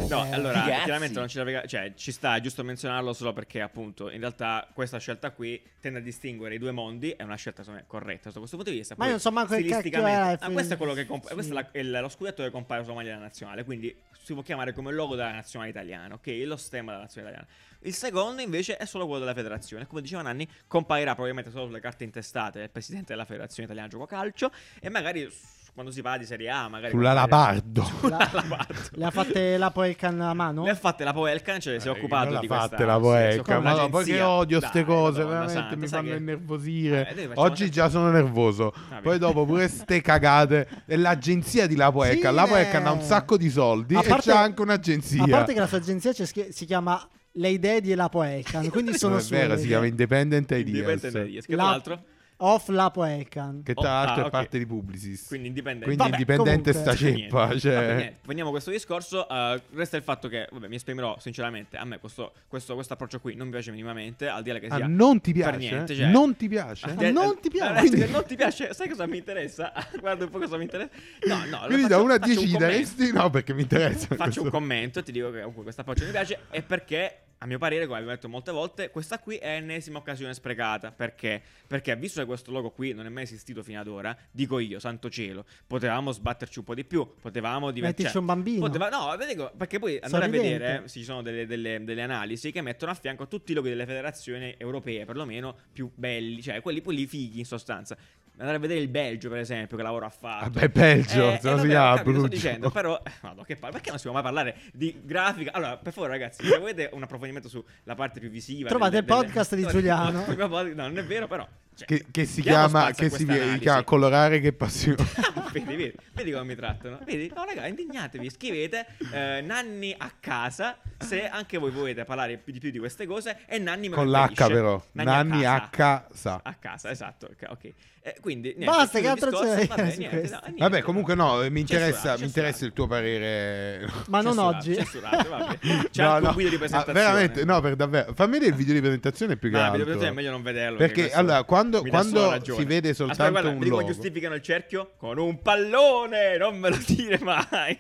[SPEAKER 1] No,
[SPEAKER 3] Eh,
[SPEAKER 1] allora,
[SPEAKER 4] Ragazzi.
[SPEAKER 1] chiaramente non ce la frega- cioè, ci sta, è giusto menzionarlo solo perché appunto in realtà questa scelta qui tende a distinguere i due mondi, è una scelta secondo me, corretta sotto questo punto di vista.
[SPEAKER 3] Ma
[SPEAKER 1] poi,
[SPEAKER 3] io non so manco che cacchio
[SPEAKER 1] stilisticamente-
[SPEAKER 3] è,
[SPEAKER 1] Ah, questo è quello che
[SPEAKER 3] sì.
[SPEAKER 1] compa- questo è la- il- lo scudetto che compare sulla maglia della nazionale, quindi si può chiamare come logo della nazionale italiana, ok? Lo stemma della nazionale italiana. Il secondo invece è solo quello della federazione. Come diceva Nanni, comparirà probabilmente solo sulle carte intestate del presidente della federazione italiana gioco calcio e magari s- quando si parla di Serie A, magari
[SPEAKER 2] Sull'alabardo.
[SPEAKER 1] Cioè,
[SPEAKER 3] La-
[SPEAKER 1] Sull'alabardo.
[SPEAKER 3] Le ha fatte la Poelcan a mano?
[SPEAKER 1] Le ha fatte la Poelcan, cioè si è
[SPEAKER 2] Eh,
[SPEAKER 1] occupato
[SPEAKER 2] non
[SPEAKER 1] di
[SPEAKER 2] l'ha
[SPEAKER 1] questa.
[SPEAKER 2] fatte la
[SPEAKER 1] sì, si è
[SPEAKER 2] poeca,
[SPEAKER 1] occupato
[SPEAKER 2] ma no,
[SPEAKER 1] dell'agenzia.
[SPEAKER 2] poi che odio queste
[SPEAKER 1] Dai,
[SPEAKER 2] cose,
[SPEAKER 1] Madonna
[SPEAKER 2] veramente
[SPEAKER 1] santa,
[SPEAKER 2] mi
[SPEAKER 1] sai
[SPEAKER 2] fanno
[SPEAKER 1] che- Eh,
[SPEAKER 2] innervosire.
[SPEAKER 1] noi facciamo
[SPEAKER 2] Oggi
[SPEAKER 1] sempre-
[SPEAKER 2] già sono nervoso,
[SPEAKER 1] Ah,
[SPEAKER 2] poi
[SPEAKER 1] via.
[SPEAKER 2] dopo pure ste cagate dell'agenzia di La Poeca.
[SPEAKER 3] Sì,
[SPEAKER 2] la
[SPEAKER 3] eh.
[SPEAKER 2] Poeca ha un sacco di soldi
[SPEAKER 3] A
[SPEAKER 2] e
[SPEAKER 3] parte-
[SPEAKER 2] c'ha anche un'agenzia.
[SPEAKER 3] A parte che la sua agenzia c'è schi- si chiama Le idee di La Poelcan, quindi sono eh.
[SPEAKER 2] non è
[SPEAKER 3] sue
[SPEAKER 2] vero,
[SPEAKER 3] le
[SPEAKER 2] si
[SPEAKER 3] idee.
[SPEAKER 2] chiama Independent Ideas.
[SPEAKER 1] Independent Ideas, che
[SPEAKER 3] La-
[SPEAKER 1] tra l'altro
[SPEAKER 3] Off La Poelcan.
[SPEAKER 2] Che
[SPEAKER 1] Oh,
[SPEAKER 2] tra l'altro
[SPEAKER 1] ah,
[SPEAKER 2] è
[SPEAKER 1] ok.
[SPEAKER 2] parte di Publicis. Quindi,
[SPEAKER 1] quindi indipendente.
[SPEAKER 2] indipendente
[SPEAKER 3] comunque.
[SPEAKER 2] sta ceppa.
[SPEAKER 1] Niente. Vabbè,
[SPEAKER 2] Cioè...
[SPEAKER 1] niente, veniamo a questo discorso. eh, resta il fatto che, vabbè, mi esprimerò sinceramente. A me questo, questo, questo approccio qui non mi piace minimamente. Al di là che
[SPEAKER 2] Ah,
[SPEAKER 1] sia.
[SPEAKER 2] non ti
[SPEAKER 1] per
[SPEAKER 2] piace?
[SPEAKER 1] niente, cioè-
[SPEAKER 2] Non ti piace?
[SPEAKER 1] Ah,
[SPEAKER 3] te- non ti piace?
[SPEAKER 1] ragazzi, che non ti piace? Sai cosa mi interessa? Guarda un po' cosa mi interessa. No, no. allora
[SPEAKER 2] Quindi da
[SPEAKER 1] faccio-
[SPEAKER 2] 1 a
[SPEAKER 1] faccio
[SPEAKER 2] 10
[SPEAKER 1] un
[SPEAKER 2] gli
[SPEAKER 1] commento.
[SPEAKER 2] daresti? No, perché mi interessa.
[SPEAKER 1] Faccio
[SPEAKER 2] questo.
[SPEAKER 1] un commento e ti dico che comunque questa approccio mi piace è perché a mio parere, come abbiamo detto molte volte, questa qui è ennesima occasione sprecata. Perché? Perché visto che questo logo qui non è mai esistito fino ad ora, dico io, santo cielo, potevamo sbatterci un po' di più, potevamo diventare...
[SPEAKER 3] Mettici un bambino.
[SPEAKER 1] Poteva- no, ve dico, perché poi andare a
[SPEAKER 3] Sorridente.
[SPEAKER 1] vedere, eh, ci sono delle, delle- delle analisi che mettono a fianco tutti i loghi delle federazioni europee, perlomeno più belli, cioè quelli poi li fighi in sostanza. Andare a vedere il Belgio, per esempio, che lavoro ha fatto.
[SPEAKER 2] Vabbè, Belgio,
[SPEAKER 1] Eh,
[SPEAKER 2] se
[SPEAKER 1] eh,
[SPEAKER 2] no
[SPEAKER 1] vabbè,
[SPEAKER 2] si
[SPEAKER 1] ho
[SPEAKER 2] chiama
[SPEAKER 1] capito, sto
[SPEAKER 2] Brugio.
[SPEAKER 1] dicendo, però, eh, madò, che palle, perché non si può mai parlare di grafica? Allora, per favore, ragazzi, se volete un approfondimento sulla parte più visiva,
[SPEAKER 3] Trovate
[SPEAKER 1] delle-
[SPEAKER 3] il
[SPEAKER 1] delle-
[SPEAKER 3] podcast di
[SPEAKER 1] trovate-
[SPEAKER 3] Giuliano.
[SPEAKER 1] il mio podcast- No, non è vero, però. cioè,
[SPEAKER 2] Che, che si
[SPEAKER 1] diamo
[SPEAKER 2] chiama,
[SPEAKER 1] spazio a
[SPEAKER 2] che si
[SPEAKER 1] questa analisi.
[SPEAKER 2] chiama colorare che passione.
[SPEAKER 1] vedi, vedi, vedi come mi trattano. Vedi? No, raga, indignatevi. Scrivete eh, Nanni a casa se anche voi volete parlare più di più di queste cose. E Nanni me lo
[SPEAKER 2] Con l'H
[SPEAKER 1] impedisce.
[SPEAKER 2] però. Nanni
[SPEAKER 1] a casa.
[SPEAKER 2] H sa.
[SPEAKER 1] A casa, esatto. ok, ok. Eh, quindi, niente, chiudo
[SPEAKER 3] Basta,
[SPEAKER 1] il
[SPEAKER 3] che altro
[SPEAKER 1] discorso,
[SPEAKER 3] c'è
[SPEAKER 1] vabbè,
[SPEAKER 3] su
[SPEAKER 1] niente,
[SPEAKER 3] questo?
[SPEAKER 1] no, niente,
[SPEAKER 2] Vabbè, comunque no, eh, mi interessa,
[SPEAKER 1] Censurato,
[SPEAKER 2] mi interessa il tuo parere.
[SPEAKER 3] Ma non
[SPEAKER 1] Censurato,
[SPEAKER 3] oggi.
[SPEAKER 1] censurato, vabbè. C'è
[SPEAKER 2] No,
[SPEAKER 1] anche
[SPEAKER 2] no.
[SPEAKER 1] un video di
[SPEAKER 2] Ah,
[SPEAKER 1] presentazione.
[SPEAKER 2] veramente, no, per davvero. Fammi vedere il video di presentazione più che
[SPEAKER 1] Ma la
[SPEAKER 2] altro.
[SPEAKER 1] videoprotezione è meglio non vederlo.
[SPEAKER 2] Perché,
[SPEAKER 1] questo
[SPEAKER 2] allora, quando-
[SPEAKER 1] mi dà solo
[SPEAKER 2] quando
[SPEAKER 1] ragione.
[SPEAKER 2] si vede soltanto
[SPEAKER 1] Aspetta, guarda,
[SPEAKER 2] un
[SPEAKER 1] vedi come
[SPEAKER 2] logo.
[SPEAKER 1] giustificano il cerchio? Con un pallone! Non me lo dire mai!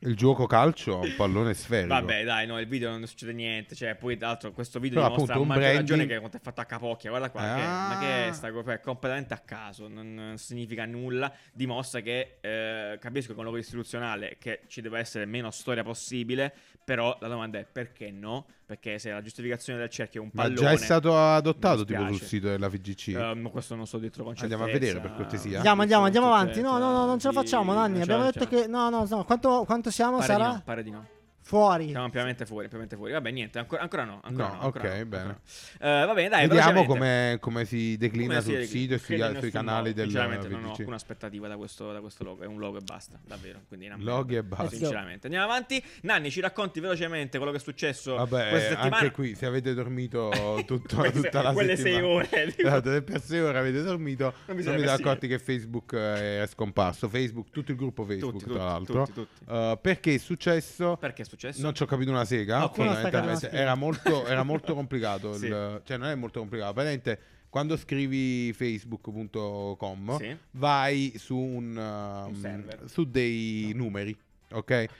[SPEAKER 2] Il gioco calcio ha un pallone sferico.
[SPEAKER 1] Vabbè, dai, no, il video non succede niente. Cioè, poi, tra l'altro, questo video
[SPEAKER 2] Però,
[SPEAKER 1] dimostra a
[SPEAKER 2] appunto, un
[SPEAKER 1] maggior ragione
[SPEAKER 2] branding-
[SPEAKER 1] che quanto è fatto a capocchia. Guarda qua,
[SPEAKER 2] Ah.
[SPEAKER 1] che, ma che è sta cosa? È completamente a caso, non, non significa nulla. Dimostra che eh, capisco con logo istituzionale che ci deve essere meno storia possibile. Però la domanda è perché no? Perché se la giustificazione del cerchio è un
[SPEAKER 2] Ma
[SPEAKER 1] pallone.
[SPEAKER 2] già è stato adottato
[SPEAKER 1] Mi
[SPEAKER 2] tipo sul
[SPEAKER 1] dispiace.
[SPEAKER 2] sito della VGC.
[SPEAKER 1] Eh, ma questo non so dietro con
[SPEAKER 2] Andiamo a
[SPEAKER 1] certezza. certo.
[SPEAKER 2] vedere, per cortesia.
[SPEAKER 3] Andiamo, andiamo,
[SPEAKER 1] Non so
[SPEAKER 3] andiamo
[SPEAKER 1] con
[SPEAKER 3] avanti. No, no,
[SPEAKER 1] certezza
[SPEAKER 3] no, non ce la
[SPEAKER 1] di-
[SPEAKER 3] facciamo, Nanni.
[SPEAKER 1] cioè, non ce
[SPEAKER 3] Abbiamo
[SPEAKER 1] la
[SPEAKER 3] detto
[SPEAKER 1] facciamo.
[SPEAKER 3] che. No, no, no. Quanto, quanto siamo?
[SPEAKER 1] certo. Pare
[SPEAKER 3] Sarà
[SPEAKER 1] di no, pare di no.
[SPEAKER 3] fuori.
[SPEAKER 1] Siamo ampiamente fuori, ampiamente fuori. Vabbè, niente, ancora, ancora no. Ancora
[SPEAKER 2] No,
[SPEAKER 1] no, ancora
[SPEAKER 2] ok,
[SPEAKER 1] no,
[SPEAKER 2] bene.
[SPEAKER 1] ancora no. Eh, va bene, dai,
[SPEAKER 2] Vediamo
[SPEAKER 1] velocemente.
[SPEAKER 2] come, come si declina
[SPEAKER 1] Come si
[SPEAKER 2] sul
[SPEAKER 1] declina?
[SPEAKER 2] sito e sugli-
[SPEAKER 1] Credo in
[SPEAKER 2] sui
[SPEAKER 1] nessun
[SPEAKER 2] canali
[SPEAKER 1] modo.
[SPEAKER 2] del
[SPEAKER 1] Sinceramente non ho
[SPEAKER 2] VGC.
[SPEAKER 1] alcuna aspettativa da questo, da questo logo. È un logo e basta, davvero. Quindi una
[SPEAKER 2] Log
[SPEAKER 1] merda.
[SPEAKER 2] e basta.
[SPEAKER 1] Sinceramente. Andiamo avanti. Nanni, ci racconti velocemente quello che è successo
[SPEAKER 2] Vabbè,
[SPEAKER 1] questa settimana.
[SPEAKER 2] anche qui se avete dormito tutto,
[SPEAKER 1] Queste-
[SPEAKER 2] tutta la
[SPEAKER 1] quelle sei
[SPEAKER 2] settimana
[SPEAKER 1] ore, tipo.
[SPEAKER 2] Esatto, se per sei ore avete dormito
[SPEAKER 1] Non
[SPEAKER 2] non
[SPEAKER 1] mi
[SPEAKER 2] vi
[SPEAKER 1] sembra
[SPEAKER 2] siete
[SPEAKER 1] possibile.
[SPEAKER 2] accorti che Facebook eh, è scomparso Facebook, tutto il gruppo Facebook
[SPEAKER 1] Tutti,
[SPEAKER 2] tra
[SPEAKER 1] tutti,
[SPEAKER 2] l'altro
[SPEAKER 1] tutti, tutti.
[SPEAKER 2] Eh, perché è successo
[SPEAKER 1] Perché è successo?
[SPEAKER 2] non ci ho capito una sega
[SPEAKER 1] Ok.
[SPEAKER 2] fondamentalmente.
[SPEAKER 3] Stacca la
[SPEAKER 2] era molto, era molto complicato il-
[SPEAKER 1] Sì.
[SPEAKER 2] cioè non è molto complicato praticamente quando scrivi facebook.com
[SPEAKER 1] Sì.
[SPEAKER 2] vai su un, um,
[SPEAKER 1] server.
[SPEAKER 2] su dei numeri ok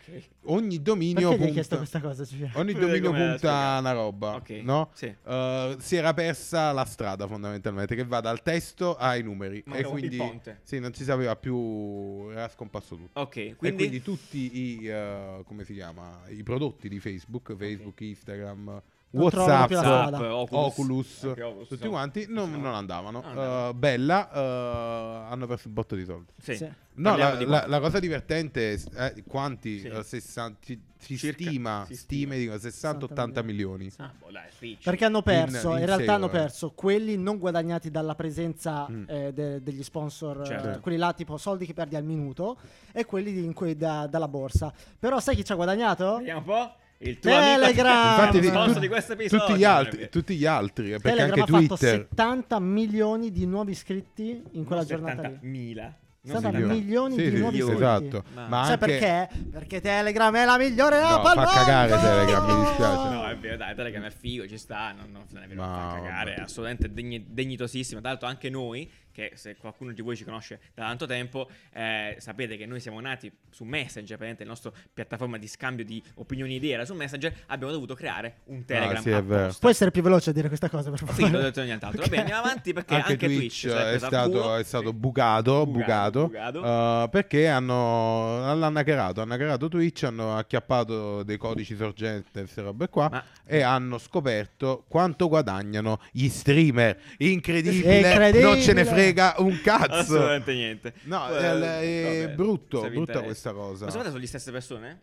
[SPEAKER 1] Ok.
[SPEAKER 2] ogni dominio
[SPEAKER 3] Perché gli hai
[SPEAKER 2] punta-
[SPEAKER 3] chiesto questa cosa? Giulia?
[SPEAKER 2] Ogni
[SPEAKER 1] Vedete
[SPEAKER 2] dominio
[SPEAKER 1] com'è la
[SPEAKER 2] punta
[SPEAKER 1] spiegata.
[SPEAKER 2] a una roba,
[SPEAKER 1] Ok,
[SPEAKER 2] no?
[SPEAKER 1] sì.
[SPEAKER 2] Eh, si era persa la strada fondamentalmente, che va dal testo ai numeri.
[SPEAKER 1] Ma
[SPEAKER 2] e
[SPEAKER 1] no, il
[SPEAKER 2] quindi
[SPEAKER 1] ponte.
[SPEAKER 2] Sì, non si sapeva più, era scomparso tutto.
[SPEAKER 1] Ok,
[SPEAKER 2] E
[SPEAKER 1] quindi...
[SPEAKER 2] quindi tutti i, eh, come si chiama, i prodotti di Facebook, Facebook, Instagram,
[SPEAKER 3] Non trovano
[SPEAKER 2] WhatsApp,
[SPEAKER 3] più la
[SPEAKER 1] Zap,
[SPEAKER 3] strada.
[SPEAKER 2] Oculus,
[SPEAKER 1] Anche Oculus,
[SPEAKER 2] tutti
[SPEAKER 1] no.
[SPEAKER 2] quanti non,
[SPEAKER 1] No.
[SPEAKER 2] non andavano.
[SPEAKER 1] Non Ah, andavano.
[SPEAKER 2] Eh, bella, eh, hanno perso un botto di soldi.
[SPEAKER 1] Sì.
[SPEAKER 3] Sì.
[SPEAKER 2] No,
[SPEAKER 1] Parliamo
[SPEAKER 2] la,
[SPEAKER 1] di
[SPEAKER 2] la-
[SPEAKER 1] quanti.
[SPEAKER 2] la cosa divertente è s- eh, quanti
[SPEAKER 1] Sì.
[SPEAKER 2] eh, 60 ci, ci
[SPEAKER 1] Circa,
[SPEAKER 2] stima,
[SPEAKER 1] si stima.
[SPEAKER 2] stime dicono 60-80 milioni.
[SPEAKER 1] Ah, boh, dai, spicci.
[SPEAKER 3] Perché hanno perso, in,
[SPEAKER 2] in
[SPEAKER 3] realtà
[SPEAKER 2] sei
[SPEAKER 3] hanno
[SPEAKER 2] ore.
[SPEAKER 3] perso quelli non guadagnati dalla presenza
[SPEAKER 2] Mm.
[SPEAKER 3] eh, de- degli sponsor, eh,
[SPEAKER 1] Certo.
[SPEAKER 3] quelli là tipo soldi che perdi al minuto e quelli di- in cui da- dalla borsa. Però sai chi ci ha guadagnato?
[SPEAKER 1] Vediamo un po'. Il tuo
[SPEAKER 3] Telegram!
[SPEAKER 1] amico
[SPEAKER 2] Infatti,
[SPEAKER 3] Ah,
[SPEAKER 2] di-
[SPEAKER 1] sponsor
[SPEAKER 2] tu-
[SPEAKER 1] di questo episodio. cioè,
[SPEAKER 2] tutti gli altri,
[SPEAKER 1] Davide.
[SPEAKER 2] tutti gli altri, eh, perché
[SPEAKER 3] Telegram
[SPEAKER 2] anche
[SPEAKER 3] ha
[SPEAKER 2] Twitter.
[SPEAKER 3] fatto 70 milioni di nuovi iscritti in quella giornata lì.
[SPEAKER 1] 70.000.
[SPEAKER 3] Non 70 milioni.
[SPEAKER 2] Sì,
[SPEAKER 3] di
[SPEAKER 2] sì,
[SPEAKER 3] nuovi
[SPEAKER 2] sì,
[SPEAKER 1] iscritti.
[SPEAKER 2] esatto.
[SPEAKER 1] Ma- Sai
[SPEAKER 2] Ma,
[SPEAKER 3] Sai
[SPEAKER 2] anche
[SPEAKER 3] perché? Perché Telegram è la migliore
[SPEAKER 2] No,
[SPEAKER 3] app al
[SPEAKER 2] fa cagare
[SPEAKER 3] mondo!
[SPEAKER 2] Telegram, mi dispiace.
[SPEAKER 1] No, è vero, dai, Telegram è figo, ci sta, non, non, non è vero,
[SPEAKER 2] Ma-
[SPEAKER 1] fa cagare, è assolutamente degne- degnitosissimo. Tra l'altro anche noi, che se qualcuno di voi ci conosce da tanto tempo, eh, sapete che noi siamo nati su Messenger, praticamente la nostra piattaforma di scambio di opinioni e idee era su Messenger, abbiamo dovuto creare un Telegram
[SPEAKER 2] Ah, sì, è vero.
[SPEAKER 1] apposta.
[SPEAKER 3] Puoi essere più veloce a dire questa cosa, per favore?
[SPEAKER 1] Sì, non ho detto nient'altro. Va bene, andiamo avanti perché anche, Twitch,
[SPEAKER 2] eh,
[SPEAKER 1] si è
[SPEAKER 2] è,
[SPEAKER 1] presa al
[SPEAKER 2] stato,
[SPEAKER 1] culo.
[SPEAKER 2] è stato
[SPEAKER 1] Sì.
[SPEAKER 2] bugato,
[SPEAKER 1] Bugato,
[SPEAKER 2] bugato, eh, perché hanno, l'hanno hackerato, hanno hackerato Twitch, hanno acchiappato dei codici sorgente e queste robe qua
[SPEAKER 1] Ma-
[SPEAKER 2] e hanno scoperto quanto guadagnano gli streamer. Incredibile,
[SPEAKER 3] Incredibile.
[SPEAKER 2] non ce ne frega un cazzo.
[SPEAKER 1] Assolutamente niente.
[SPEAKER 2] No,
[SPEAKER 1] Eh,
[SPEAKER 2] è- è
[SPEAKER 1] vabbè,
[SPEAKER 2] brutto,
[SPEAKER 1] se vi
[SPEAKER 2] brutta
[SPEAKER 1] interessa.
[SPEAKER 2] questa cosa.
[SPEAKER 1] Ma secondo te sono le stesse persone?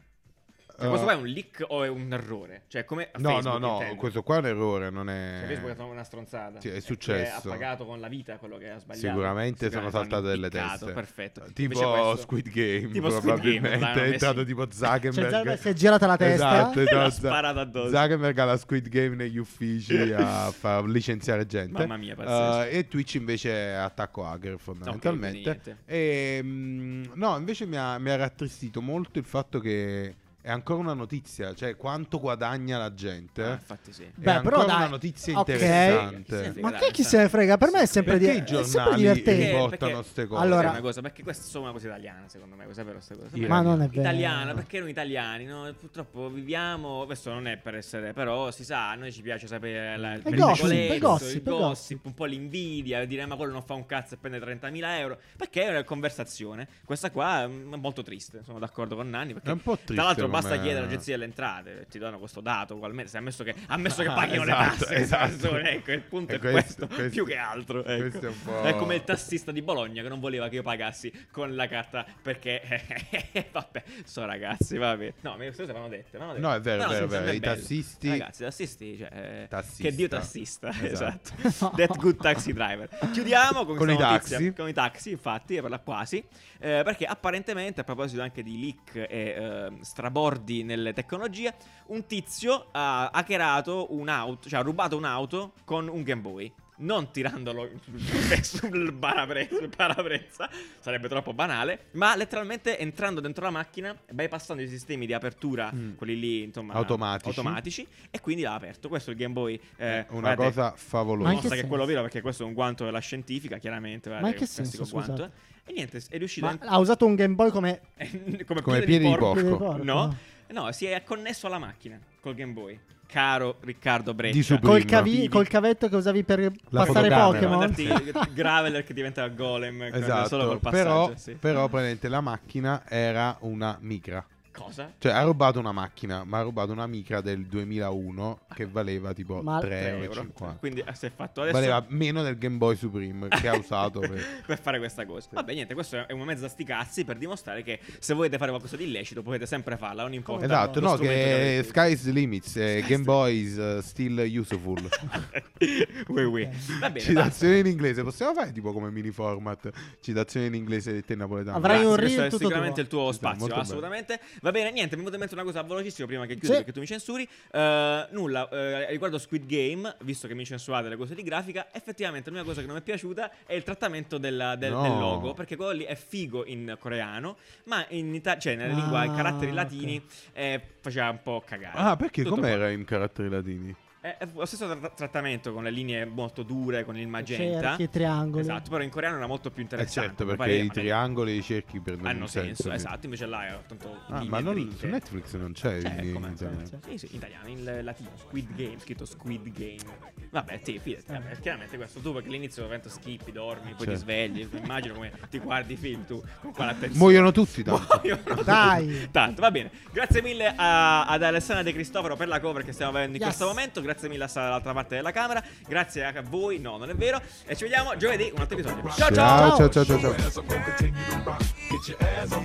[SPEAKER 1] Cioè,
[SPEAKER 2] Eh,
[SPEAKER 1] questo qua è un leak o è un errore? Cioè, come
[SPEAKER 2] No,
[SPEAKER 1] Facebook
[SPEAKER 2] no, no,
[SPEAKER 1] intendo.
[SPEAKER 2] questo qua è un errore, non
[SPEAKER 1] Cioè,
[SPEAKER 2] è...
[SPEAKER 1] Facebook è stata una stronzata.
[SPEAKER 2] Sì, è
[SPEAKER 1] Perché
[SPEAKER 2] successo.
[SPEAKER 1] Ha pagato con la vita quello che ha sbagliato.
[SPEAKER 2] Sicuramente sono
[SPEAKER 1] l'hanno
[SPEAKER 2] saltate delle
[SPEAKER 1] impiccato,
[SPEAKER 2] teste.
[SPEAKER 1] Perfetto. Invece
[SPEAKER 2] Tipo
[SPEAKER 1] questo-
[SPEAKER 2] Squid Game,
[SPEAKER 1] Tipo Squid Game,
[SPEAKER 2] probabilmente.
[SPEAKER 1] dai, non
[SPEAKER 2] è
[SPEAKER 1] è
[SPEAKER 2] entrato
[SPEAKER 1] sì.
[SPEAKER 2] tipo
[SPEAKER 3] Cioè, Zuckerberg
[SPEAKER 2] Zuckerberg.
[SPEAKER 3] si è girata la testa.
[SPEAKER 2] Esatto, esatto.
[SPEAKER 1] L'ha sparato addosso.
[SPEAKER 2] Zuckerberg ha la Squid Game negli uffici a far licenziare gente.
[SPEAKER 1] Mamma mia, pazzesco.
[SPEAKER 2] Eh, e Twitch invece è attacco hacker fondamentalmente.
[SPEAKER 1] Ok, quindi
[SPEAKER 2] e, mm, no, invece mi ha, mi ha rattristito molto il fatto che è ancora una notizia, cioè quanto guadagna la gente.
[SPEAKER 1] Ah, infatti sì.
[SPEAKER 2] È
[SPEAKER 3] Beh, però
[SPEAKER 2] ancora
[SPEAKER 3] dai,
[SPEAKER 2] una notizia
[SPEAKER 3] ok.
[SPEAKER 2] interessante.
[SPEAKER 1] Sì,
[SPEAKER 3] Ma
[SPEAKER 1] Dai,
[SPEAKER 3] che chi
[SPEAKER 1] sta-
[SPEAKER 3] se ne frega? Per me è sempre, di-
[SPEAKER 2] Perché i
[SPEAKER 3] è sempre
[SPEAKER 2] giornali
[SPEAKER 3] divertente.
[SPEAKER 1] Perché-
[SPEAKER 2] riportano
[SPEAKER 1] perché-
[SPEAKER 2] queste cose?
[SPEAKER 1] È
[SPEAKER 3] Allora-
[SPEAKER 1] una cosa, perché questa è solo una cosa italiana, secondo me, sapere queste cose.
[SPEAKER 2] Sì.
[SPEAKER 3] Ma non è vero.
[SPEAKER 1] Italiana, perché noi italiani, no? purtroppo viviamo, questo non è per essere, però si sa, a noi ci piace sapere la, il
[SPEAKER 3] gossip,
[SPEAKER 1] pericoletto,
[SPEAKER 3] è gossip,
[SPEAKER 1] il
[SPEAKER 3] è
[SPEAKER 1] gossip, un po' l'invidia, dire ma quello non fa un cazzo e prende 30.000 euro, perché è una conversazione. Questa qua mm, è molto triste, sono d'accordo con Nanni, perché
[SPEAKER 2] È un po' triste
[SPEAKER 1] tra l'altro
[SPEAKER 2] come-
[SPEAKER 1] basta chiedere all'agenzia delle entrate, ti danno questo dato ugualmente, se ammesso che, ammesso che
[SPEAKER 2] Ah,
[SPEAKER 1] paghino
[SPEAKER 2] esatto,
[SPEAKER 1] le tasse,
[SPEAKER 2] esatto.
[SPEAKER 1] persone, ecco, il punto
[SPEAKER 2] E
[SPEAKER 1] è questo,
[SPEAKER 2] questo- questo-
[SPEAKER 1] più che altro. ecco.
[SPEAKER 2] questo è un po'-
[SPEAKER 1] È come il tassista di Bologna che non voleva che io pagassi con la carta perché vabbè so ragazzi vabbè no mi queste cose vanno dette vanno dette.
[SPEAKER 2] No, è vero,
[SPEAKER 1] Però
[SPEAKER 2] è
[SPEAKER 1] sì,
[SPEAKER 2] vero, è vero.
[SPEAKER 1] è
[SPEAKER 2] I
[SPEAKER 1] bello.
[SPEAKER 2] tassisti-
[SPEAKER 1] ragazzi i tassisti cioè eh,
[SPEAKER 2] Tassista.
[SPEAKER 1] che dio tassista esatto,
[SPEAKER 2] Esatto.
[SPEAKER 1] that good taxi driver chiudiamo con,
[SPEAKER 2] Con
[SPEAKER 1] questa
[SPEAKER 2] i
[SPEAKER 1] notizia,
[SPEAKER 2] taxi.
[SPEAKER 1] con i taxi infatti per la quasi eh, perché apparentemente a proposito anche di leak e eh, strabordi nelle tecnologie un tizio ha hackerato un'auto cioè ha rubato un'auto con un Game Boy non tirandolo sul parapre- sul parabrezza, sarebbe troppo banale, ma letteralmente entrando dentro la macchina, bypassando i sistemi di apertura,
[SPEAKER 2] Mm.
[SPEAKER 1] quelli lì, insomma,
[SPEAKER 2] Automatici.
[SPEAKER 1] automatici, e quindi l'ha aperto. Questo è il Game Boy. eh,
[SPEAKER 2] Una
[SPEAKER 1] guardate,
[SPEAKER 2] cosa favolosa.
[SPEAKER 3] Ma in
[SPEAKER 1] mostra
[SPEAKER 3] che
[SPEAKER 1] che è
[SPEAKER 3] senso?
[SPEAKER 1] quello vero perché questo è un guanto della scientifica, chiaramente. guardate,
[SPEAKER 3] in che
[SPEAKER 1] il classico
[SPEAKER 3] senso, scusate?
[SPEAKER 1] guanto, eh. E niente, è riuscito
[SPEAKER 3] Ma
[SPEAKER 1] a-
[SPEAKER 3] ha usato un Game Boy come
[SPEAKER 1] come,
[SPEAKER 2] Come
[SPEAKER 1] piede
[SPEAKER 2] piede di porco.
[SPEAKER 3] piede di porco,
[SPEAKER 1] No, no, si è connesso alla macchina col Game Boy. Caro Riccardo Breccia.
[SPEAKER 2] Di Supreme.
[SPEAKER 3] Col,
[SPEAKER 2] Prima.
[SPEAKER 3] cavi- col cavetto che usavi per passare
[SPEAKER 2] fotocamera.
[SPEAKER 3] Pokémon.
[SPEAKER 1] Mandarti Graveler che diventa Golem. con- Ecco, Solo
[SPEAKER 2] Esatto,
[SPEAKER 1] col passaggio.
[SPEAKER 2] però,
[SPEAKER 1] sì.
[SPEAKER 2] però praticamente la macchina era una micra.
[SPEAKER 1] Cosa?
[SPEAKER 2] Cioè, ha rubato una macchina, ma ha rubato una micra del 2001 che valeva tipo
[SPEAKER 3] Ma-
[SPEAKER 2] 3,50
[SPEAKER 1] 3
[SPEAKER 2] euro.
[SPEAKER 1] euro. Quindi eh, si è fatto adesso.
[SPEAKER 2] Valeva meno del Game Boy Supreme che ha usato per...
[SPEAKER 1] Per fare questa cosa. Vabbè, niente, questo è un mezzo a sti cazzi per dimostrare che se volete fare qualcosa di illecito potete sempre farla, non importa.
[SPEAKER 2] Esatto,
[SPEAKER 1] lo
[SPEAKER 2] no,
[SPEAKER 1] strumento
[SPEAKER 2] che
[SPEAKER 1] avete.
[SPEAKER 2] Sky's the Limits, eh,
[SPEAKER 1] Sky's
[SPEAKER 2] Game
[SPEAKER 1] the-
[SPEAKER 2] Boy is eh, still useful.
[SPEAKER 1] Ui, ui. Va bene. basta.
[SPEAKER 2] Citazione in inglese, possiamo fare tipo come mini format? Citazione in inglese di te napoletano.
[SPEAKER 3] Avrai
[SPEAKER 1] Grazie,
[SPEAKER 3] un
[SPEAKER 1] questo
[SPEAKER 3] reel
[SPEAKER 1] è
[SPEAKER 3] tutto
[SPEAKER 1] sicuramente
[SPEAKER 3] tuo.
[SPEAKER 1] il tuo
[SPEAKER 2] Sì, sì,
[SPEAKER 1] spazio,
[SPEAKER 2] molto
[SPEAKER 1] assolutamente. Va bene, niente, mi è venuta in mente una cosa velocissima prima che chiudo
[SPEAKER 3] Sì.
[SPEAKER 1] perché tu mi censuri. Eh, nulla, eh, riguardo Squid Game, visto che mi censurate le cose di grafica, effettivamente l'unica cosa che non mi è piaciuta è il trattamento della- del,
[SPEAKER 2] No.
[SPEAKER 1] del logo, perché quello lì è figo in coreano, ma in Italia, cioè nella
[SPEAKER 3] Ah,
[SPEAKER 1] lingua, in caratteri
[SPEAKER 3] ok.
[SPEAKER 1] latini, eh, faceva un po' cagare.
[SPEAKER 2] Ah, perché
[SPEAKER 1] Eh, Tutto qua.
[SPEAKER 2] com'era in caratteri latini?
[SPEAKER 1] Eh, È lo stesso tra- trattamento con le linee molto dure, con il magenta.
[SPEAKER 3] Cerchi e triangoli.
[SPEAKER 1] Esatto, però in coreano era molto più
[SPEAKER 2] Eh
[SPEAKER 1] interessante.
[SPEAKER 2] certo, perché
[SPEAKER 1] Magari- "Ah,
[SPEAKER 2] i
[SPEAKER 1] magari-
[SPEAKER 2] triangoli e i cerchi prendono
[SPEAKER 1] hanno
[SPEAKER 2] un
[SPEAKER 1] senso,
[SPEAKER 2] senso. quindi.
[SPEAKER 1] esatto, invece là è tanto
[SPEAKER 2] Ah,
[SPEAKER 1] linee
[SPEAKER 2] ma non,
[SPEAKER 1] dritte.
[SPEAKER 2] su Netflix non c'è
[SPEAKER 1] Cioè,
[SPEAKER 2] in- in
[SPEAKER 1] come-
[SPEAKER 2] italiano.
[SPEAKER 3] Sì.
[SPEAKER 1] Sì, sì, in italiano, in latino, Squid Game, scritto Squid Game. Vabbè, sì, fidati, vabbè, chiaramente questo tu perché all'inizio ovviamente schippi, dormi, poi ti
[SPEAKER 2] Eh. Certo.
[SPEAKER 1] svegli, immagino come ti guardi i film tu con quale attenzione.
[SPEAKER 2] Muoiono tutti tanto.
[SPEAKER 1] Muoiono
[SPEAKER 3] Dai.
[SPEAKER 1] Tanto, va bene. Grazie mille a- ad Alessandra De Cristoforo per la cover che stiamo avendo in
[SPEAKER 3] Yes.
[SPEAKER 1] questo momento. Grazie mille a Sara dall'altra parte della camera. Grazie a voi. No, non è vero. E ci vediamo giovedì con un altro episodio. Ciao ciao.
[SPEAKER 2] ciao ciao ciao ciao. ciao.
[SPEAKER 4] ass, I'm gonna continue to rock. Get your ass up.